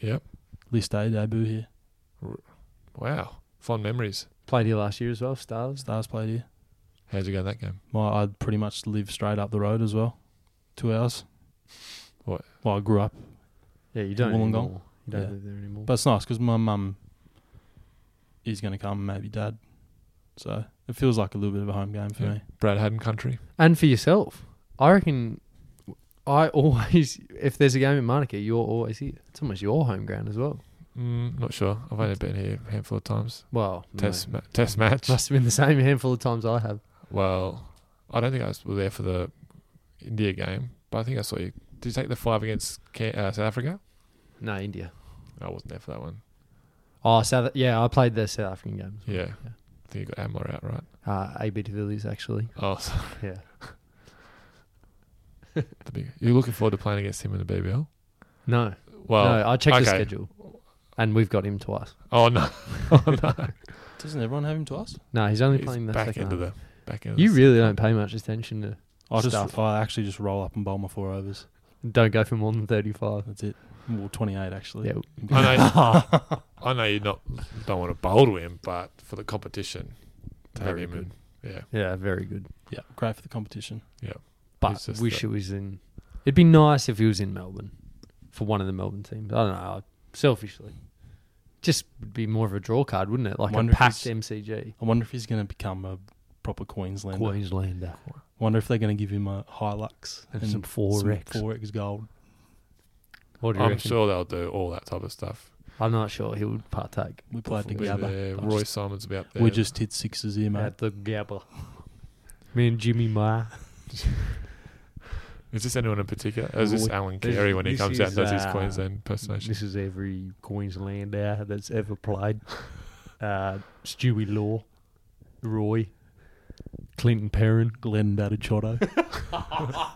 [SPEAKER 1] Yep.
[SPEAKER 3] List A debut here.
[SPEAKER 1] Wow. Fond memories.
[SPEAKER 2] Played here last year as well. Stars.
[SPEAKER 3] Stars played here.
[SPEAKER 1] How'd you go in that game?
[SPEAKER 3] My I pretty much live straight up the road as well. Two hours.
[SPEAKER 1] What?
[SPEAKER 3] Well, I grew up,
[SPEAKER 2] Yeah, you don't
[SPEAKER 3] Wollongong.
[SPEAKER 2] anymore. You don't
[SPEAKER 3] Yeah.
[SPEAKER 2] live there anymore.
[SPEAKER 3] but it's nice because my mum is going to come, maybe dad. So it feels like a little bit of a home game for
[SPEAKER 1] Yeah.
[SPEAKER 3] me.
[SPEAKER 1] Brad Haddon country.
[SPEAKER 2] and for yourself, I reckon. I always, if there's a game in Monica, you're always here. It's almost your home ground as well.
[SPEAKER 1] Mm, not sure. I've only been here a handful of times.
[SPEAKER 2] Well, no.
[SPEAKER 1] Test ma- test match.
[SPEAKER 2] must have been the same handful of times I have.
[SPEAKER 1] Well, I don't think I was there for the India game, but I think I saw you. Did you take the five against Ca- uh, South Africa?
[SPEAKER 2] No, India.
[SPEAKER 1] I wasn't there for that one.
[SPEAKER 2] Oh, South. Yeah, I played the South African game. as well.
[SPEAKER 1] Yeah.
[SPEAKER 2] Yeah.
[SPEAKER 1] I think you got Amler out, right?
[SPEAKER 2] Uh, AB de Villiers actually.
[SPEAKER 1] Oh, so
[SPEAKER 2] Yeah.
[SPEAKER 1] the big, you're looking forward to playing against him in the BBL?
[SPEAKER 2] No.
[SPEAKER 1] Well,
[SPEAKER 2] no, I checked the
[SPEAKER 1] okay.
[SPEAKER 2] schedule, and we've got him twice.
[SPEAKER 1] oh no, oh no.
[SPEAKER 3] Doesn't everyone have him twice?
[SPEAKER 2] No, he's only
[SPEAKER 1] He's
[SPEAKER 2] playing the
[SPEAKER 1] back
[SPEAKER 2] second.
[SPEAKER 1] into
[SPEAKER 2] half.
[SPEAKER 1] the back into
[SPEAKER 2] you
[SPEAKER 1] the-
[SPEAKER 2] really don't pay much attention to.
[SPEAKER 3] I just
[SPEAKER 2] Stuff.
[SPEAKER 3] I actually just roll up and bowl my four overs.
[SPEAKER 2] Don't go for more than thirty-five.
[SPEAKER 3] That's it. Well, 28 actually.
[SPEAKER 2] Yeah.
[SPEAKER 1] I know, I know you not don't want to bowl to him, but for the competition, to have
[SPEAKER 2] Very
[SPEAKER 1] him
[SPEAKER 2] good.
[SPEAKER 1] in, yeah,
[SPEAKER 2] Yeah, very good.
[SPEAKER 3] Yeah, great for the competition.
[SPEAKER 1] He's
[SPEAKER 2] But
[SPEAKER 1] just
[SPEAKER 2] wish
[SPEAKER 1] the-
[SPEAKER 2] it was in. It'd be nice if he was in Melbourne, for one of the Melbourne teams. I don't know. I- Selfishly, just would be more of a draw card, wouldn't it? Like
[SPEAKER 3] Wonder
[SPEAKER 2] a
[SPEAKER 3] if
[SPEAKER 2] packed
[SPEAKER 3] he's-
[SPEAKER 2] MCG.
[SPEAKER 3] I wonder if he's going to become a proper Queenslander.
[SPEAKER 2] Queenslander
[SPEAKER 3] Wonder if they're going to give him a Hilux
[SPEAKER 2] and some four X.
[SPEAKER 3] four X gold.
[SPEAKER 2] What do you
[SPEAKER 1] I'm
[SPEAKER 2] reckon?
[SPEAKER 1] sure they'll do all that type of stuff.
[SPEAKER 2] I'm not sure he would partake.
[SPEAKER 3] We played
[SPEAKER 1] We'll be
[SPEAKER 3] together.
[SPEAKER 1] there.
[SPEAKER 3] I
[SPEAKER 1] Roy
[SPEAKER 3] just-
[SPEAKER 1] Simon's about there.
[SPEAKER 3] We just hit sixes here, mate.
[SPEAKER 2] At the Gabba. Me and Jimmy Ma.
[SPEAKER 1] Is this anyone in particular? Or is this
[SPEAKER 2] Well,
[SPEAKER 1] Alan
[SPEAKER 2] this-
[SPEAKER 1] Carey when he
[SPEAKER 2] this
[SPEAKER 1] comes out and
[SPEAKER 2] is,
[SPEAKER 1] does his
[SPEAKER 2] uh,
[SPEAKER 1] Queensland impersonation?
[SPEAKER 2] This is every Queenslander that's ever played. Uh, Stewie Law, Roy, Clinton Perrin.
[SPEAKER 3] Glenn Batichotto.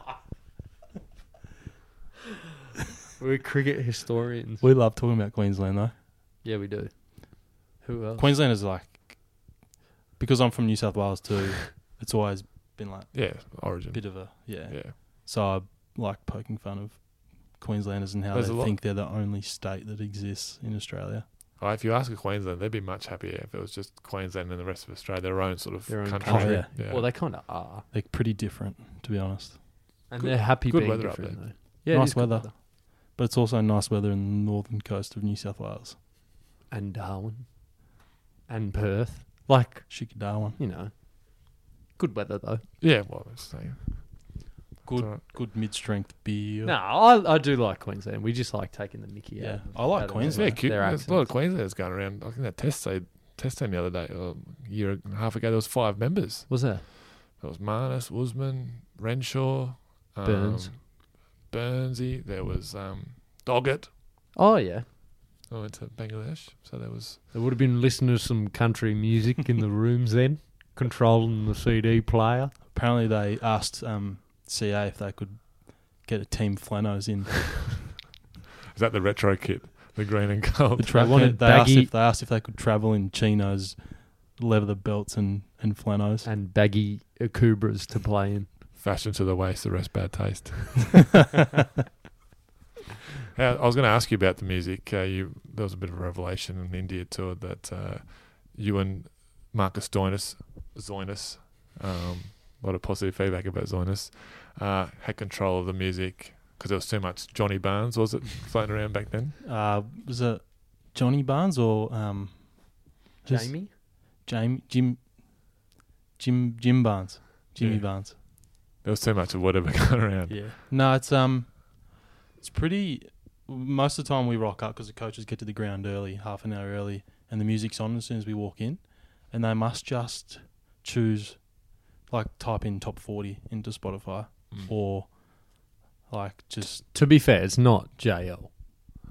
[SPEAKER 2] We're cricket historians.
[SPEAKER 3] we love talking about Queensland though.
[SPEAKER 2] Yeah, we do. Who else?
[SPEAKER 3] Queensland is like because I'm from New South Wales too. It's always been like
[SPEAKER 1] Yeah,
[SPEAKER 3] a
[SPEAKER 1] Origin.
[SPEAKER 3] bit of a yeah.
[SPEAKER 1] Yeah,
[SPEAKER 3] So I like poking fun of Queenslanders and how
[SPEAKER 1] There's a
[SPEAKER 3] they
[SPEAKER 1] lot.
[SPEAKER 3] think they're the only state that exists in Australia.
[SPEAKER 1] oh, if you ask a Queensland, they'd be much happier if it was just Queensland and the rest of Australia, their own sort of
[SPEAKER 2] Their own
[SPEAKER 1] country.
[SPEAKER 3] country.
[SPEAKER 1] yeah.
[SPEAKER 3] Oh,
[SPEAKER 2] Well, they kind of are,
[SPEAKER 3] They're pretty different, to be honest.
[SPEAKER 2] and
[SPEAKER 1] Good-
[SPEAKER 2] they're happy
[SPEAKER 1] good
[SPEAKER 2] being
[SPEAKER 1] weather up
[SPEAKER 2] different.
[SPEAKER 1] there.
[SPEAKER 2] Though. Yeah, it
[SPEAKER 3] Nice
[SPEAKER 2] is good
[SPEAKER 3] weather. But it's also nice weather in the northern coast of New South Wales.
[SPEAKER 2] and Darwin, and Perth. Like
[SPEAKER 3] Shika Darwin.
[SPEAKER 2] you know, good weather though.
[SPEAKER 1] yeah, well, it's like,
[SPEAKER 3] Good,
[SPEAKER 1] alright.
[SPEAKER 3] good mid-strength beer.
[SPEAKER 2] No, I, I do like Queensland. We just like taking the Mickey. out
[SPEAKER 3] Yeah.
[SPEAKER 2] of-
[SPEAKER 3] I
[SPEAKER 2] out
[SPEAKER 3] like
[SPEAKER 2] of
[SPEAKER 1] it's
[SPEAKER 3] Queensland.
[SPEAKER 1] very
[SPEAKER 2] their-
[SPEAKER 1] cute.
[SPEAKER 2] their
[SPEAKER 1] There's a lot of
[SPEAKER 2] accents.
[SPEAKER 1] Queenslanders going around. I think that test they test team the other day, or a year and a half ago, there was five members.
[SPEAKER 2] Was there?
[SPEAKER 1] There was Marnus, Woosman, Renshaw, um,
[SPEAKER 2] Burns.
[SPEAKER 1] Burnsy. There was um, Doggett.
[SPEAKER 2] Oh yeah,
[SPEAKER 1] I went to Bangladesh, so there was
[SPEAKER 2] there would have been listening to some country music in the rooms then, controlling the CD player.
[SPEAKER 3] Apparently they asked um, CA if they could get a team Flannos in.
[SPEAKER 1] is that the retro kit, the green and gold.
[SPEAKER 3] The tra-
[SPEAKER 2] They wanted
[SPEAKER 3] they, asked
[SPEAKER 2] baggy-
[SPEAKER 3] if, they asked if they could travel in chinos, leather belts and, and Flannos.
[SPEAKER 2] and baggy Akubras to play in.
[SPEAKER 1] Fashion to the waist, the rest bad taste. How, I was going to ask you about the music. Uh, you there was a bit of a revelation in India tour that uh, you and Marcus Zoinis, Zoinis, um, a lot of positive feedback about Zoinis, uh, had control of the music because there was too much Johnny Barnes, was it, floating around back then?
[SPEAKER 3] Uh, was it Johnny Barnes or um, who's-
[SPEAKER 2] Jamie?
[SPEAKER 3] Jamie Jim Jim Jim Barnes. Jimmy
[SPEAKER 1] Yeah.
[SPEAKER 3] Barnes.
[SPEAKER 1] There was too much of whatever going around.
[SPEAKER 3] Yeah. No, it's um, it's pretty. Most of the time we rock up because the coaches get to the ground early, half an hour early, and the music's on as soon as we walk in, and they must just choose, like type in top forty into Spotify
[SPEAKER 1] Mm.
[SPEAKER 3] or, like just
[SPEAKER 2] To be fair, it's not JL.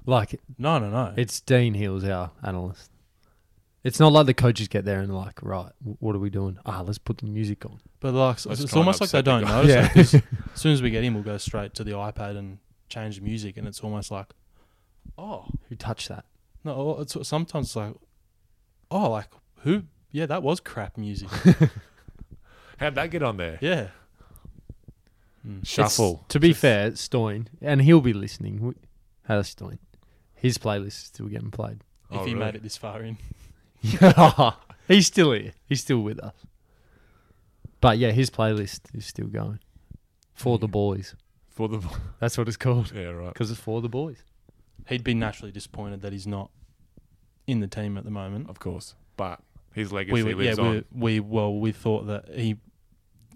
[SPEAKER 2] Like
[SPEAKER 3] no no no.
[SPEAKER 2] it's Dean Hills, our analyst. It's not like the coaches get there and like, right, w- what are we doing? Ah, let's put the music on.
[SPEAKER 3] but like it's,
[SPEAKER 1] Let's
[SPEAKER 3] it's
[SPEAKER 1] try and
[SPEAKER 3] almost like they
[SPEAKER 1] upset the
[SPEAKER 3] don't
[SPEAKER 1] guy.
[SPEAKER 3] notice.
[SPEAKER 2] Yeah.
[SPEAKER 3] it 'cause as soon as we get in, we'll go straight to the iPad and change the music, and it's almost like, oh,
[SPEAKER 2] Who touched that?
[SPEAKER 3] No, or it's sometimes like, oh, like who? Yeah, that was crap music.
[SPEAKER 1] How'd that get on there?
[SPEAKER 3] yeah.
[SPEAKER 1] Shuffle.
[SPEAKER 2] It's- to be fair, Stoin, and he'll be listening. W- Hello, Stoin. His playlist is still getting played.
[SPEAKER 3] If
[SPEAKER 1] Oh,
[SPEAKER 3] he
[SPEAKER 1] really?
[SPEAKER 3] made it this far in,
[SPEAKER 2] He's still here. He's still with us. But yeah, his playlist is still going. For
[SPEAKER 1] Mm.
[SPEAKER 2] the boys.
[SPEAKER 1] for the
[SPEAKER 2] That's what it's called.
[SPEAKER 1] yeah right.
[SPEAKER 2] Because it's for the boys.
[SPEAKER 3] he'd be naturally disappointed that he's not in the team at the moment.
[SPEAKER 1] Of course, but his
[SPEAKER 3] We,
[SPEAKER 1] legacy
[SPEAKER 3] were, yeah,
[SPEAKER 1] lives on.
[SPEAKER 3] we, we well, we thought that he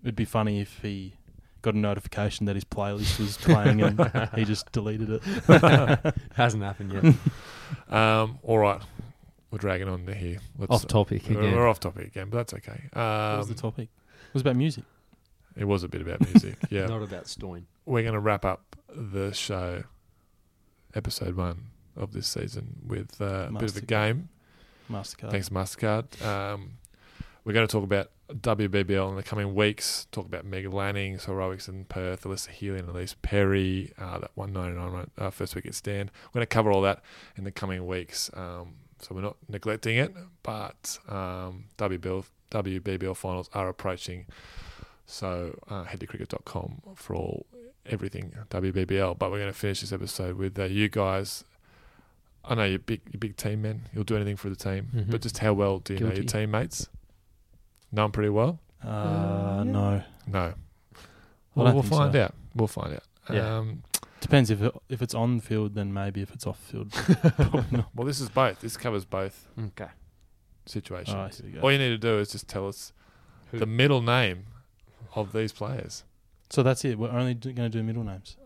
[SPEAKER 3] it'd be funny if he got a notification that his playlist was playing and he just deleted it.
[SPEAKER 2] Hasn't happened yet.
[SPEAKER 1] Um, all right, we're dragging on here. Let's,
[SPEAKER 2] Off topic
[SPEAKER 1] we're,
[SPEAKER 2] again.
[SPEAKER 1] we're off topic again, but that's okay.
[SPEAKER 3] what was
[SPEAKER 1] Um,
[SPEAKER 3] the topic? It was about music.
[SPEAKER 1] it was a bit about music. Yeah,
[SPEAKER 2] Not about Stoin.
[SPEAKER 1] we're going to wrap up the show, episode one of this season, with uh, a bit of a
[SPEAKER 3] Mastercard.
[SPEAKER 1] game.
[SPEAKER 3] Mastercard.
[SPEAKER 1] Thanks, Mastercard. Um, we're going to talk about WBBL in the coming weeks. Talk about Meg Lanning's heroics in Perth, Alyssa Healy and Elise Perry. Uh, that 199 right, uh, first week at stand. We're going to cover all that in the coming weeks. Um, so we're not neglecting it, but um, WBL, WBBL finals are approaching. So uh, head to cricket.com for all everything WBBL. But we're going to finish this episode with uh, you guys. I know you're big, you're big team men. You'll do anything for the team,
[SPEAKER 3] Mm-hmm.
[SPEAKER 2] Mhm.
[SPEAKER 1] but just how well do you know your
[SPEAKER 2] Guilty.
[SPEAKER 1] teammates? Know 'em pretty well.
[SPEAKER 3] Uh, no,
[SPEAKER 1] No.
[SPEAKER 3] I
[SPEAKER 1] Well,
[SPEAKER 3] don't
[SPEAKER 1] we'll
[SPEAKER 3] think
[SPEAKER 1] find
[SPEAKER 3] so.
[SPEAKER 1] out. We'll find out.
[SPEAKER 2] Yeah.
[SPEAKER 1] Um,
[SPEAKER 3] depends if it, if it's on field, then maybe if it's off field, probably not.
[SPEAKER 1] well, this is both. This covers both
[SPEAKER 2] Okay.
[SPEAKER 1] situations.
[SPEAKER 3] Alright, here we go.
[SPEAKER 1] All you need to do is just tell us
[SPEAKER 2] Who?
[SPEAKER 1] the middle name of these players.
[SPEAKER 3] So that's it. We're only going to do middle names.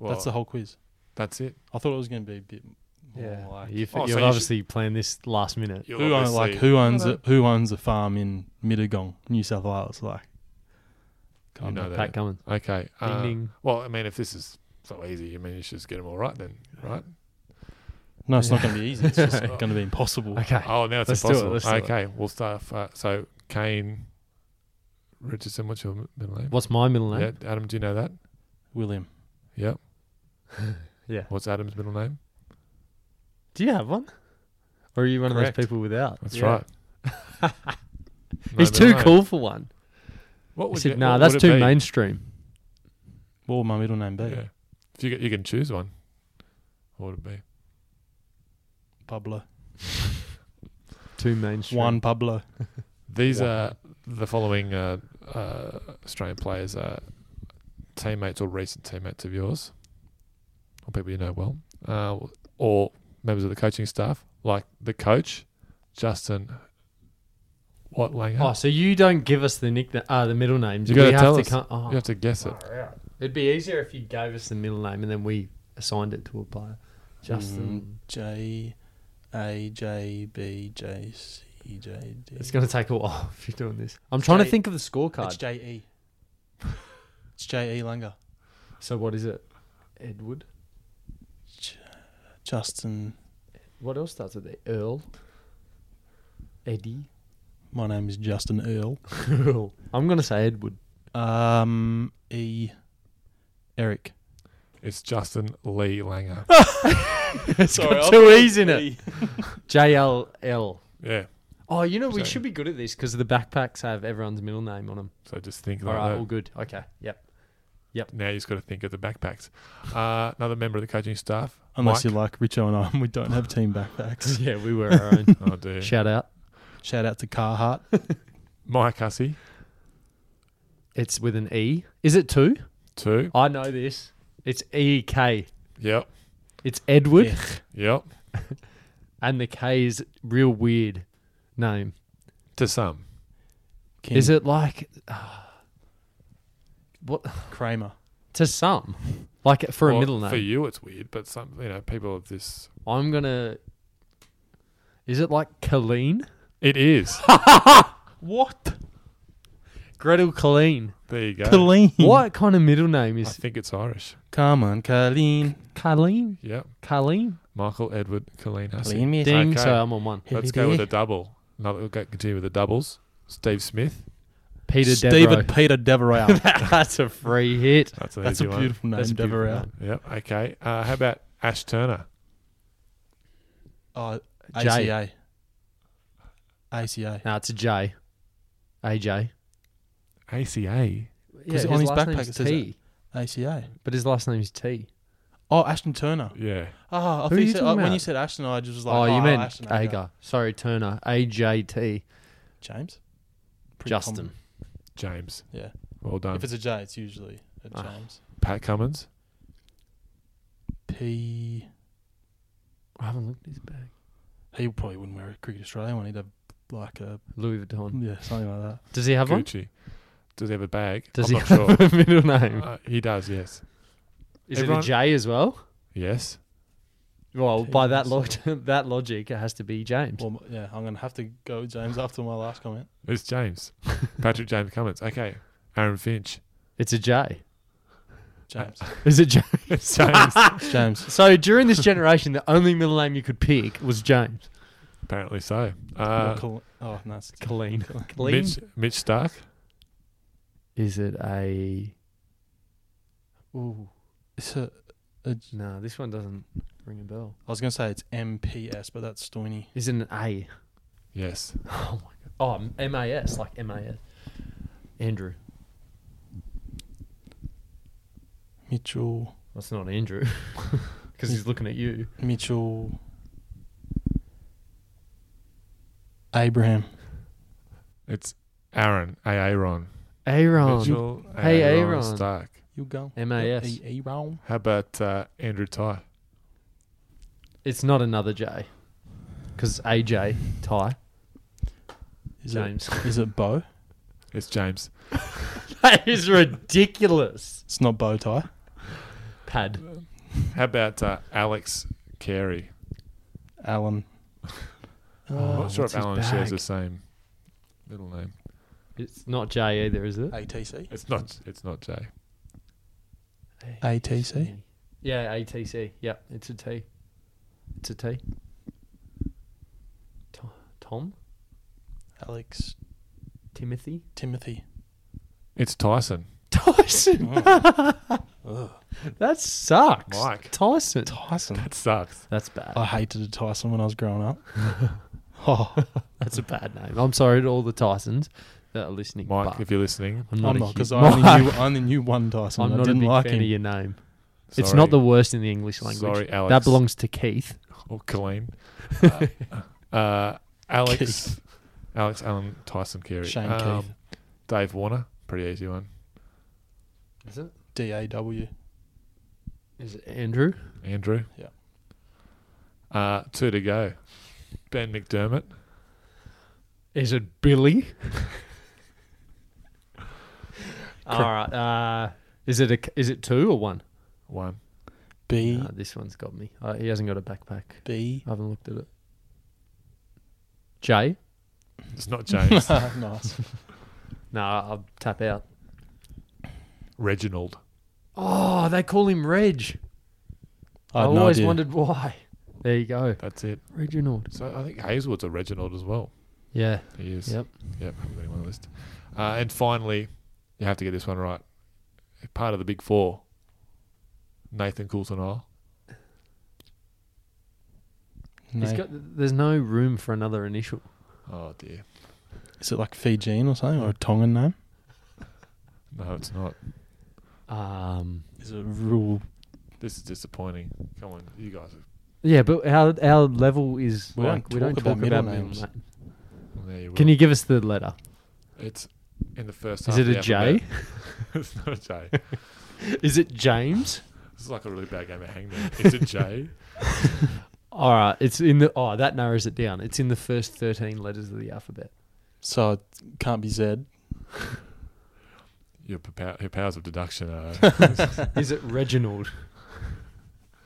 [SPEAKER 1] Well,
[SPEAKER 3] that's the whole quiz.
[SPEAKER 1] That's it.
[SPEAKER 3] I thought it was going to be a bit more
[SPEAKER 2] Yeah.
[SPEAKER 3] like
[SPEAKER 2] You've,
[SPEAKER 1] Oh, so
[SPEAKER 2] you've
[SPEAKER 1] you should-
[SPEAKER 2] obviously planned this last minute.
[SPEAKER 1] You'll
[SPEAKER 3] who owns like
[SPEAKER 1] obviously-
[SPEAKER 3] who owns
[SPEAKER 1] No,
[SPEAKER 3] a, who owns a farm in Mittagong, New South Wales. Like
[SPEAKER 1] you know
[SPEAKER 2] Pat
[SPEAKER 1] that?
[SPEAKER 2] Cummins.
[SPEAKER 1] Okay.
[SPEAKER 2] Ding
[SPEAKER 1] uh,
[SPEAKER 2] ding.
[SPEAKER 1] Well, I mean, if this is so easy, I mean, you should just get them all right then, right?
[SPEAKER 3] No, it's not going to be easy. It's just going to be impossible.
[SPEAKER 2] Okay.
[SPEAKER 1] Oh, now it's
[SPEAKER 2] Let's do it,
[SPEAKER 1] impossible.
[SPEAKER 2] let's do it.
[SPEAKER 1] okay, we'll start. Off, uh, so Kane Richardson, what's your middle name?
[SPEAKER 2] What's my middle name?
[SPEAKER 1] Yeah, Adam, do you know that?
[SPEAKER 3] William.
[SPEAKER 1] Yep.
[SPEAKER 2] Yeah.
[SPEAKER 1] What's Adam's middle name?
[SPEAKER 2] Do you have one? Or are you one
[SPEAKER 1] Correct.
[SPEAKER 2] of those people without?
[SPEAKER 1] That's
[SPEAKER 2] Yeah.
[SPEAKER 1] right. No
[SPEAKER 2] He's
[SPEAKER 1] middle
[SPEAKER 2] too
[SPEAKER 1] name.
[SPEAKER 2] cool for one.
[SPEAKER 1] What
[SPEAKER 2] He
[SPEAKER 1] would
[SPEAKER 2] said,
[SPEAKER 1] you-
[SPEAKER 2] "Nah,
[SPEAKER 1] what
[SPEAKER 2] that's
[SPEAKER 1] would it
[SPEAKER 2] too
[SPEAKER 1] be?"
[SPEAKER 2] mainstream."
[SPEAKER 3] What would my middle name be?
[SPEAKER 1] Yeah. If you, you can choose one, what would it be?
[SPEAKER 3] Pablo.
[SPEAKER 2] Too mainstream.
[SPEAKER 3] Juan Pablo.
[SPEAKER 1] These
[SPEAKER 3] Wow.
[SPEAKER 1] are the following uh, uh, Australian players are teammates or recent teammates of yours, or people you know well, uh, or members of the coaching staff, like the coach, Justin What Langer.
[SPEAKER 2] Oh, so you don't give us the nickname, uh, the middle names.
[SPEAKER 1] you
[SPEAKER 2] We
[SPEAKER 1] got to
[SPEAKER 2] have
[SPEAKER 1] tell
[SPEAKER 2] to
[SPEAKER 1] us.
[SPEAKER 2] come- oh.
[SPEAKER 1] You have to guess it.
[SPEAKER 2] It'd be easier if you gave us the middle name and then we assigned it to a player. Justin.
[SPEAKER 3] J A J B J C J D.
[SPEAKER 2] It's going to take a while if you're doing this. I'm trying to
[SPEAKER 3] J-
[SPEAKER 2] think of the
[SPEAKER 3] It's
[SPEAKER 2] scorecard.
[SPEAKER 3] J E. It's J E Langer.
[SPEAKER 2] So what is it? Edward.
[SPEAKER 3] Justin.
[SPEAKER 2] What else starts with it? Earl. Eddie.
[SPEAKER 3] My name is Justin Earl.
[SPEAKER 2] Earl. I'm going to say Edward.
[SPEAKER 3] Um, E. Eric.
[SPEAKER 1] It's Justin Lee Langer.
[SPEAKER 2] Ah! it's
[SPEAKER 3] Sorry,
[SPEAKER 2] got
[SPEAKER 3] I
[SPEAKER 2] two
[SPEAKER 3] thought
[SPEAKER 2] E's in it. JLL.
[SPEAKER 1] yeah.
[SPEAKER 2] Oh, you know, we
[SPEAKER 1] So-
[SPEAKER 2] should be good at this because the backpacks have everyone's middle name on them.
[SPEAKER 1] So just think
[SPEAKER 2] All
[SPEAKER 1] like
[SPEAKER 2] right,
[SPEAKER 1] that.
[SPEAKER 2] all good. Okay, yep.
[SPEAKER 1] Now you just got to think of the backpacks. Uh, another member of the coaching staff. Mike.
[SPEAKER 3] Unless you're like Richo and I, and we don't have team backpacks.
[SPEAKER 2] yeah, we were our own.
[SPEAKER 1] Oh dear.
[SPEAKER 2] Shout out.
[SPEAKER 3] Shout out to Carhart.
[SPEAKER 1] Mike Hussey.
[SPEAKER 2] It's with an E. Is it two?
[SPEAKER 1] Two.
[SPEAKER 2] I know this. It's E K.
[SPEAKER 1] Yep.
[SPEAKER 2] It's Edward,
[SPEAKER 1] Yep.
[SPEAKER 2] and the K is real weird name.
[SPEAKER 1] To some.
[SPEAKER 3] Kim
[SPEAKER 2] Is it like what
[SPEAKER 3] Kramer?
[SPEAKER 2] to some? Like for a
[SPEAKER 1] Well,
[SPEAKER 2] middle
[SPEAKER 1] For
[SPEAKER 2] name,
[SPEAKER 1] you, it's weird, but some you know people of this.
[SPEAKER 2] I'm gonna. Is it like Colleen?
[SPEAKER 1] It is.
[SPEAKER 3] What?
[SPEAKER 2] Gretel Colleen.
[SPEAKER 1] there you go.
[SPEAKER 3] Colleen.
[SPEAKER 2] What kind of middle name
[SPEAKER 1] I
[SPEAKER 2] is
[SPEAKER 1] think it's Irish.
[SPEAKER 3] Come on, Colleen.
[SPEAKER 2] Colleen?
[SPEAKER 1] Yeah.
[SPEAKER 2] Colleen?
[SPEAKER 1] Michael Edward Colleen Hussey.
[SPEAKER 3] Colleen, miss.
[SPEAKER 2] Ding.
[SPEAKER 1] Okay.
[SPEAKER 2] So I'm on one.
[SPEAKER 1] Let's go with a double. Another. We'll go, continue with the doubles. Steve Smith.
[SPEAKER 2] Peter
[SPEAKER 3] Stephen
[SPEAKER 2] Devereux.
[SPEAKER 3] Peter Devereux.
[SPEAKER 2] That's a free hit.
[SPEAKER 1] That's, an
[SPEAKER 3] That's a
[SPEAKER 1] easy one.
[SPEAKER 3] beautiful name,
[SPEAKER 2] That's a beautiful
[SPEAKER 3] Devereux.
[SPEAKER 2] name.
[SPEAKER 1] Yep. Okay. Uh, how about Ash Turner?
[SPEAKER 3] Oh,
[SPEAKER 2] J.
[SPEAKER 3] ACA. ACA.
[SPEAKER 2] No, it's a J. AJ.
[SPEAKER 1] ACA.
[SPEAKER 3] Because on his backpack it says
[SPEAKER 2] T,
[SPEAKER 3] ACA.
[SPEAKER 2] but his last name is T.
[SPEAKER 3] Oh, Ashton Turner.
[SPEAKER 1] Yeah.
[SPEAKER 2] Who
[SPEAKER 3] Oh, I
[SPEAKER 2] are
[SPEAKER 3] thought you
[SPEAKER 2] you
[SPEAKER 3] said,
[SPEAKER 2] talking
[SPEAKER 3] oh, when
[SPEAKER 2] about?
[SPEAKER 3] you said Ashton, I just was like,
[SPEAKER 2] oh, you meant
[SPEAKER 3] Ashton, okay.
[SPEAKER 2] Agar. Sorry, Turner. AJT.
[SPEAKER 3] James? Pretty
[SPEAKER 2] Justin.
[SPEAKER 3] common.
[SPEAKER 1] James.
[SPEAKER 3] Yeah.
[SPEAKER 1] Well done.
[SPEAKER 3] If it's a J, it's usually a
[SPEAKER 2] Ah.
[SPEAKER 3] James.
[SPEAKER 1] Pat Cummins.
[SPEAKER 3] P.
[SPEAKER 2] I haven't looked at his bag.
[SPEAKER 3] He probably wouldn't wear a Cricket Australia one. He'd have like a,
[SPEAKER 2] Louis Vuitton.
[SPEAKER 3] yeah, something like that.
[SPEAKER 2] Does he have one?
[SPEAKER 1] Gucci. Does he have a bag?
[SPEAKER 2] Does
[SPEAKER 1] I'm
[SPEAKER 2] he
[SPEAKER 1] not
[SPEAKER 2] have
[SPEAKER 1] sure.
[SPEAKER 2] a middle name?
[SPEAKER 1] Uh, he does. Yes.
[SPEAKER 2] is
[SPEAKER 1] everyone-
[SPEAKER 2] it a J as well?
[SPEAKER 1] Yes.
[SPEAKER 2] Well,
[SPEAKER 3] T
[SPEAKER 2] by that
[SPEAKER 3] is-
[SPEAKER 2] log- that logic, it has to be James.
[SPEAKER 3] Well, yeah, I'm going to have to go with James after my last comment.
[SPEAKER 1] It's James. Patrick James Cummins. Okay. Aaron Finch.
[SPEAKER 2] It's a J.
[SPEAKER 3] James.
[SPEAKER 2] Is it J?
[SPEAKER 1] It's James.
[SPEAKER 3] James.
[SPEAKER 2] So during this generation, the only middle name you could pick was James.
[SPEAKER 1] Apparently so.
[SPEAKER 3] Or
[SPEAKER 1] Uh,
[SPEAKER 3] Col- oh, no, it's
[SPEAKER 2] Colleen. Colleen.
[SPEAKER 1] Mitch, Mitch Stark.
[SPEAKER 2] Is it a?
[SPEAKER 3] Ooh. It's a, a, I
[SPEAKER 2] No, this one doesn't ring a bell.
[SPEAKER 3] was going to say it's MPS, but that's Stoiny.
[SPEAKER 2] Is it an A?
[SPEAKER 1] Yes.
[SPEAKER 2] Oh my god. Oh, MAS like MAS. Andrew.
[SPEAKER 3] Mitchell.
[SPEAKER 2] That's not Andrew, because he's looking at you.
[SPEAKER 3] Mitchell. Abraham.
[SPEAKER 1] It's Aaron. Aaron.
[SPEAKER 2] Aaron.
[SPEAKER 1] Mitchell.
[SPEAKER 2] Hey,
[SPEAKER 1] Aaron.
[SPEAKER 2] Aaron.
[SPEAKER 1] Stark.
[SPEAKER 3] You go.
[SPEAKER 2] MAS.
[SPEAKER 3] Abraham.
[SPEAKER 1] How about uh, Andrew Ty?
[SPEAKER 2] It's not another J, because AJ Ty
[SPEAKER 3] Is
[SPEAKER 2] James.
[SPEAKER 3] It, is it bow?
[SPEAKER 1] It's James.
[SPEAKER 2] that is ridiculous.
[SPEAKER 3] It's not bow tie.
[SPEAKER 2] Pad.
[SPEAKER 1] How about uh, Alex Carey?
[SPEAKER 3] Alan.
[SPEAKER 1] I'm not sure if
[SPEAKER 2] Oh, what's his
[SPEAKER 1] Alan shares
[SPEAKER 2] bag?
[SPEAKER 1] the same middle name.
[SPEAKER 2] It's not J either, is it?
[SPEAKER 3] ATC.
[SPEAKER 1] It's not. It's not Jay.
[SPEAKER 3] ATC?
[SPEAKER 2] Yeah, ATC. Yep, it's a T. It's a T. To- Tom?
[SPEAKER 3] Alex
[SPEAKER 2] Timothy?
[SPEAKER 3] Timothy.
[SPEAKER 1] It's Tyson.
[SPEAKER 2] Tyson! that sucks.
[SPEAKER 1] Mike.
[SPEAKER 2] Tyson.
[SPEAKER 3] Tyson.
[SPEAKER 1] That sucks.
[SPEAKER 2] That's bad.
[SPEAKER 3] I hated Tyson when I was growing up.
[SPEAKER 2] Oh, that's a bad name. I'm sorry to all the Tysons that are listening.
[SPEAKER 1] Mike,
[SPEAKER 2] but
[SPEAKER 1] if you're listening,
[SPEAKER 2] I'm
[SPEAKER 3] I'm
[SPEAKER 2] not
[SPEAKER 3] not because
[SPEAKER 2] because
[SPEAKER 3] I, only knew- I only knew one Tyson.
[SPEAKER 2] I'm
[SPEAKER 3] and I
[SPEAKER 2] not a
[SPEAKER 3] didn't
[SPEAKER 2] big
[SPEAKER 3] like
[SPEAKER 2] fan
[SPEAKER 3] him.
[SPEAKER 2] of your name. It's
[SPEAKER 1] sorry.
[SPEAKER 2] not the worst in the English language.
[SPEAKER 1] Sorry, Alex.
[SPEAKER 2] That belongs to Keith.
[SPEAKER 1] or Colleen. Uh, uh, Alex, Alex Allen Tyson Carey. Um,
[SPEAKER 3] Shane Keith.
[SPEAKER 1] Dave Warner, pretty easy one.
[SPEAKER 2] Is it?
[SPEAKER 3] D A W.
[SPEAKER 2] Is it Andrew?
[SPEAKER 1] Andrew.
[SPEAKER 3] Yeah.
[SPEAKER 1] Uh, two to go. Ben McDermott.
[SPEAKER 2] Is it Billy? All right. Uh, is it a, is it two or one?
[SPEAKER 1] One.
[SPEAKER 3] B
[SPEAKER 2] Uh, this one's got me. Uh, he hasn't got a backpack.
[SPEAKER 3] B.
[SPEAKER 2] I haven't looked at it. Jay?
[SPEAKER 1] It's not James.
[SPEAKER 3] nice.
[SPEAKER 2] No, I'll tap out.
[SPEAKER 1] Reginald.
[SPEAKER 2] Oh, they call him Reg. I,
[SPEAKER 3] I, had no
[SPEAKER 2] always
[SPEAKER 3] idea.
[SPEAKER 2] wondered why. There you go.
[SPEAKER 1] That's it.
[SPEAKER 2] Reginald.
[SPEAKER 1] So I think Hazelwood's a Reginald as well.
[SPEAKER 2] Yeah.
[SPEAKER 1] He is.
[SPEAKER 2] Yep.
[SPEAKER 1] Yep. Haven't got him on the list. Uh, and finally, you have to get this one right. Part of the big four. Nathan Coulson Isle.
[SPEAKER 3] No.
[SPEAKER 2] He's got, there's no room for another initial.
[SPEAKER 1] Oh dear.
[SPEAKER 3] Is it like Fijian or something or a Tongan name?
[SPEAKER 1] No, it's not.
[SPEAKER 2] Um,
[SPEAKER 3] Is it rule?
[SPEAKER 1] This is disappointing. Come on, you guys. Are,
[SPEAKER 2] yeah, but our, our level is
[SPEAKER 3] We
[SPEAKER 2] like,
[SPEAKER 3] don't
[SPEAKER 2] we don't
[SPEAKER 3] talk
[SPEAKER 2] talk
[SPEAKER 3] about
[SPEAKER 2] about,
[SPEAKER 3] middle
[SPEAKER 2] middle
[SPEAKER 3] names.
[SPEAKER 2] name.
[SPEAKER 1] well, there you
[SPEAKER 2] Can
[SPEAKER 1] will.
[SPEAKER 2] you give us the letter?
[SPEAKER 1] It's in the first.
[SPEAKER 2] Is
[SPEAKER 1] half
[SPEAKER 2] it a
[SPEAKER 1] of the
[SPEAKER 2] J?
[SPEAKER 1] alphabet. it's not a J.
[SPEAKER 2] Is it James?
[SPEAKER 1] This is like a really bad game of hangman. Is it J?
[SPEAKER 2] All right, it's in the oh that narrows it down. It's in the first thirteen letters of the alphabet.
[SPEAKER 3] So it can't be Z.
[SPEAKER 1] Your, pow- your powers of deduction are.
[SPEAKER 2] Is it Reginald?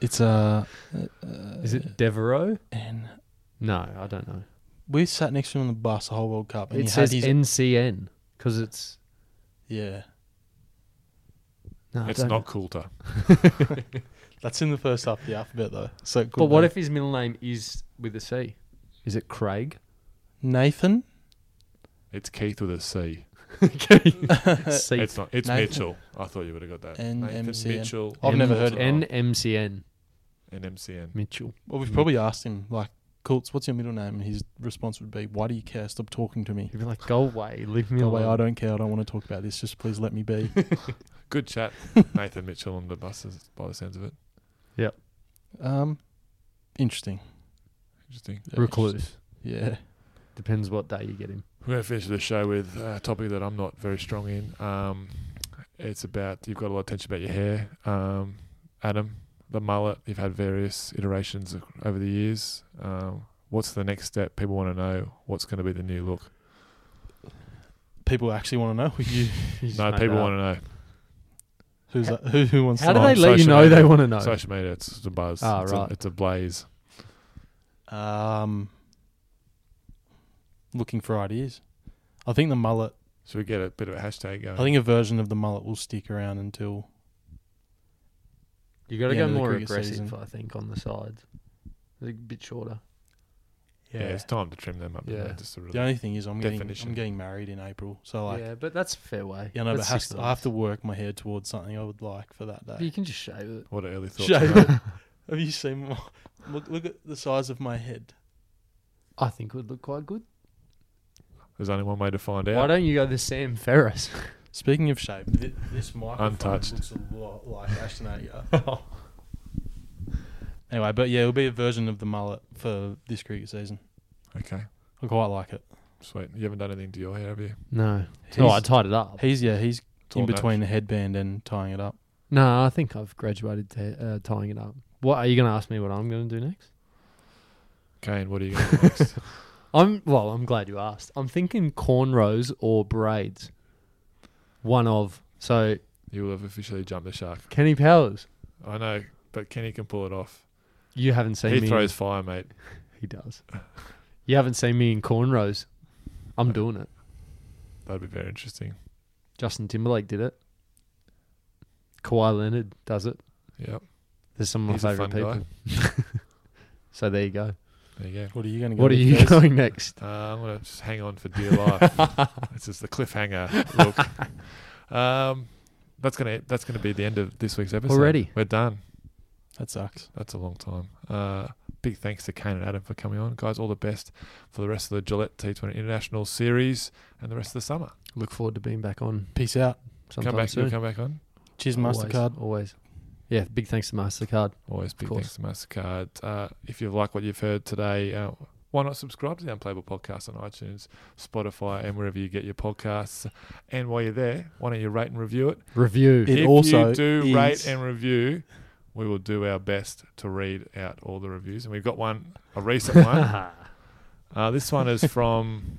[SPEAKER 3] It's a
[SPEAKER 2] uh, Is it Devereaux?
[SPEAKER 3] N.
[SPEAKER 2] No, I don't know.
[SPEAKER 3] We sat next to him on the bus the whole World Cup. And
[SPEAKER 2] It
[SPEAKER 3] he
[SPEAKER 2] says
[SPEAKER 3] had his,
[SPEAKER 2] NCN because it's
[SPEAKER 3] yeah.
[SPEAKER 2] no. I
[SPEAKER 1] it's
[SPEAKER 2] don't
[SPEAKER 1] not
[SPEAKER 2] know.
[SPEAKER 1] Coulter.
[SPEAKER 3] That's in the first half of the alphabet though. So it could
[SPEAKER 2] But what
[SPEAKER 3] be
[SPEAKER 2] if his middle name is with a C? Is it Craig?
[SPEAKER 3] Nathan?
[SPEAKER 1] It's Keith with a C.
[SPEAKER 2] C.
[SPEAKER 1] It's not. It's
[SPEAKER 3] Nathan-
[SPEAKER 1] Mitchell. I thought you would have got that.
[SPEAKER 3] N-
[SPEAKER 1] Nathan
[SPEAKER 3] MCN.
[SPEAKER 1] Mitchell.
[SPEAKER 3] I've never heard of it.
[SPEAKER 1] N
[SPEAKER 2] NMCN
[SPEAKER 1] and MCN.
[SPEAKER 2] Mitchell.
[SPEAKER 3] Well, we've probably asked him like, "Coults, what's your middle name?" And his response would be, "Why do you care? Stop talking to me."
[SPEAKER 2] He'd be like, "Go away, leave me
[SPEAKER 3] No way,
[SPEAKER 2] alone."
[SPEAKER 3] I don't care. I don't want to talk about this. Just please let me be.
[SPEAKER 1] Good chat, Nathan Mitchell on the buses. By the sounds of it,
[SPEAKER 3] um, interesting.
[SPEAKER 1] interesting.
[SPEAKER 3] Yeah,
[SPEAKER 2] Recluse.
[SPEAKER 3] Yeah.
[SPEAKER 2] Depends what day you get him.
[SPEAKER 1] We're going to finish the show with a topic that I'm not very strong in. Um, it's about you've got a lot of tension about your hair, um, Adam. The mullet. You've had various iterations ac- over the years. Um, what's the next step? People want to know what's going to be the new look.
[SPEAKER 3] People actually want to know who you.
[SPEAKER 1] No, people want to know.
[SPEAKER 3] Who's that? Who, who wants
[SPEAKER 2] How
[SPEAKER 3] to
[SPEAKER 2] do
[SPEAKER 3] know?
[SPEAKER 2] they
[SPEAKER 1] on
[SPEAKER 2] let you
[SPEAKER 1] social
[SPEAKER 2] know they
[SPEAKER 1] media.
[SPEAKER 2] want to know?
[SPEAKER 1] Social media. It's, it's a buzz.
[SPEAKER 2] Ah,
[SPEAKER 1] it's,
[SPEAKER 2] right.
[SPEAKER 1] a, it's a blaze.
[SPEAKER 3] Um, looking for ideas. I think the mullet.
[SPEAKER 1] So we get a bit of a hashtag going.
[SPEAKER 3] I think a version of the mullet will stick around until
[SPEAKER 2] You got to
[SPEAKER 3] the
[SPEAKER 2] go
[SPEAKER 3] end of the
[SPEAKER 2] more
[SPEAKER 3] cricket
[SPEAKER 2] aggressive,
[SPEAKER 3] season.
[SPEAKER 2] I think, on the sides. A bit shorter.
[SPEAKER 1] yeah. it's time to trim them up. Yeah,
[SPEAKER 2] Yeah.
[SPEAKER 1] just to really,
[SPEAKER 3] The only thing is, I'm
[SPEAKER 1] Definition.
[SPEAKER 3] getting I'm getting married in April, so like,
[SPEAKER 2] yeah, but that's a fair way.
[SPEAKER 3] you know, but
[SPEAKER 2] That's
[SPEAKER 3] has
[SPEAKER 2] six
[SPEAKER 3] to,
[SPEAKER 2] months.
[SPEAKER 3] I have to work my hair towards something I would like for that
[SPEAKER 2] But
[SPEAKER 3] day.
[SPEAKER 2] you can just shave it.
[SPEAKER 1] what an early thought.
[SPEAKER 3] Shave it. Have you seen? My, look, look at the size of my head.
[SPEAKER 2] I think it would look quite good.
[SPEAKER 1] There's only one way to find out.
[SPEAKER 2] Why don't you go the Sam Ferris?
[SPEAKER 3] Speaking of shape, th- this microphone
[SPEAKER 1] Untouched.
[SPEAKER 3] looks a lot like Ashton Agar. anyway, but yeah, it'll be a version of the mullet for this cricket season.
[SPEAKER 1] Okay,
[SPEAKER 3] I quite like it.
[SPEAKER 1] sweet. You haven't done anything to your hair, have you?
[SPEAKER 2] no.
[SPEAKER 3] He's,
[SPEAKER 2] No, I tied it up.
[SPEAKER 3] he's yeah, he's
[SPEAKER 1] Torn
[SPEAKER 3] in
[SPEAKER 1] up.
[SPEAKER 3] between the headband and tying it up.
[SPEAKER 2] No, I think I've graduated to uh, tying it up. What are you going to ask me? What I'm going to do next?
[SPEAKER 1] Kane, what are you going to do next?
[SPEAKER 2] I'm well. I'm glad you asked. I'm thinking cornrows or braids. One of so
[SPEAKER 1] You will have officially jumped the shark.
[SPEAKER 2] Kenny Powers.
[SPEAKER 1] I know, but Kenny can pull it off.
[SPEAKER 2] You haven't seen
[SPEAKER 1] he
[SPEAKER 2] me.
[SPEAKER 1] throws fire, mate.
[SPEAKER 2] He does. You haven't seen me in cornrows. I'm doing it.
[SPEAKER 1] That'd be very interesting.
[SPEAKER 2] Justin Timberlake did it. Kawhi Leonard does it.
[SPEAKER 1] Yeah.
[SPEAKER 2] There's some of my
[SPEAKER 1] He's a
[SPEAKER 2] favorite
[SPEAKER 1] fun guy.
[SPEAKER 2] people. so there you go.
[SPEAKER 1] There you go.
[SPEAKER 3] What are you going to go?
[SPEAKER 2] What are
[SPEAKER 3] with
[SPEAKER 2] you
[SPEAKER 3] first?
[SPEAKER 2] going next?
[SPEAKER 1] Uh, I'm gonna just hang on for dear life. this is the cliffhanger look. um, that's gonna that's gonna be the end of this week's episode.
[SPEAKER 2] Already?
[SPEAKER 1] we're done.
[SPEAKER 3] That sucks.
[SPEAKER 1] That's a long time. Uh, big thanks to Kane and Adam for coming on, guys. All the best for the rest of the Gillette T20 International Series and the rest of the summer.
[SPEAKER 2] Look forward to being back on
[SPEAKER 3] Peace out.
[SPEAKER 2] sometime
[SPEAKER 1] come back,
[SPEAKER 2] soon.
[SPEAKER 1] you'll come back on.
[SPEAKER 3] Cheers,
[SPEAKER 2] Always,
[SPEAKER 3] Mastercard.
[SPEAKER 2] Always. Yeah, big thanks to Mastercard.
[SPEAKER 1] Always big
[SPEAKER 2] course.
[SPEAKER 1] thanks to Mastercard. Uh, if you've liked what you've heard today, uh, why not subscribe to the Unplayable Podcast on iTunes, Spotify, and wherever you get your podcasts? And while you're there, why don't you rate and review it?
[SPEAKER 2] Review.
[SPEAKER 3] It
[SPEAKER 1] if
[SPEAKER 3] also
[SPEAKER 1] you do
[SPEAKER 3] is-
[SPEAKER 1] rate and review, we will do our best to read out all the reviews. And we've got one, a recent one. Uh, this one is from.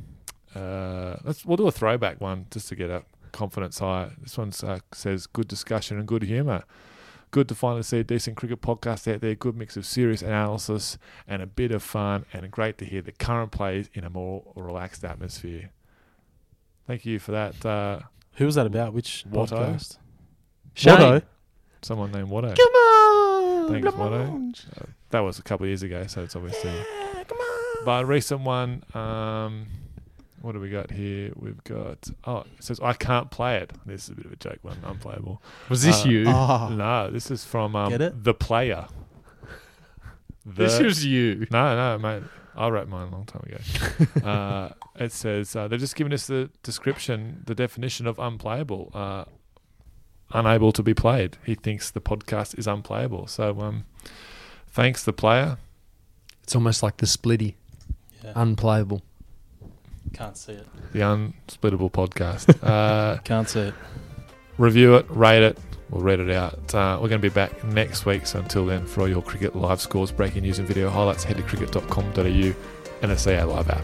[SPEAKER 1] Uh, let's we'll do a throwback one just to get our confidence higher. This one uh, says good discussion and good humour. Good to finally see a decent cricket podcast out there. Good mix of serious analysis and a bit of fun, and great to hear the current plays in a more relaxed atmosphere. Thank you for that. Uh,
[SPEAKER 3] Who was that about? Which
[SPEAKER 1] Watto.
[SPEAKER 3] podcast?
[SPEAKER 2] Shane.
[SPEAKER 3] Watto.
[SPEAKER 1] someone named Watto.
[SPEAKER 3] Come on.
[SPEAKER 1] Thanks,
[SPEAKER 3] come
[SPEAKER 1] Watto.
[SPEAKER 3] on.
[SPEAKER 1] That was a couple of years ago, so it's obviously.
[SPEAKER 3] Yeah, come on.
[SPEAKER 1] But a recent one, um, what do we got here? We've got oh, it says I can't play it. This is a bit of a joke one, unplayable.
[SPEAKER 2] Was this
[SPEAKER 1] Uh,
[SPEAKER 2] you?
[SPEAKER 3] Ah,
[SPEAKER 1] No, this is from um,
[SPEAKER 3] Get it?
[SPEAKER 1] the player. The,
[SPEAKER 2] this was you.
[SPEAKER 1] no, no, mate. I wrote mine a long time ago. uh, it says uh, they're just giving us the description, the definition of unplayable. Uh, unable to be played. He thinks the podcast is unplayable. So, um, thanks, the player.
[SPEAKER 2] It's almost like the splitty.
[SPEAKER 3] Yeah.
[SPEAKER 2] Unplayable.
[SPEAKER 3] can't see it.
[SPEAKER 1] the Unsplittable podcast. Uh,
[SPEAKER 3] Can't see it.
[SPEAKER 1] review it, rate it. We'll read it out. Uh, we're going to be back next week. So until then, for all your cricket live scores, breaking news, and video highlights, head to cricket.com.au and the CA Live app.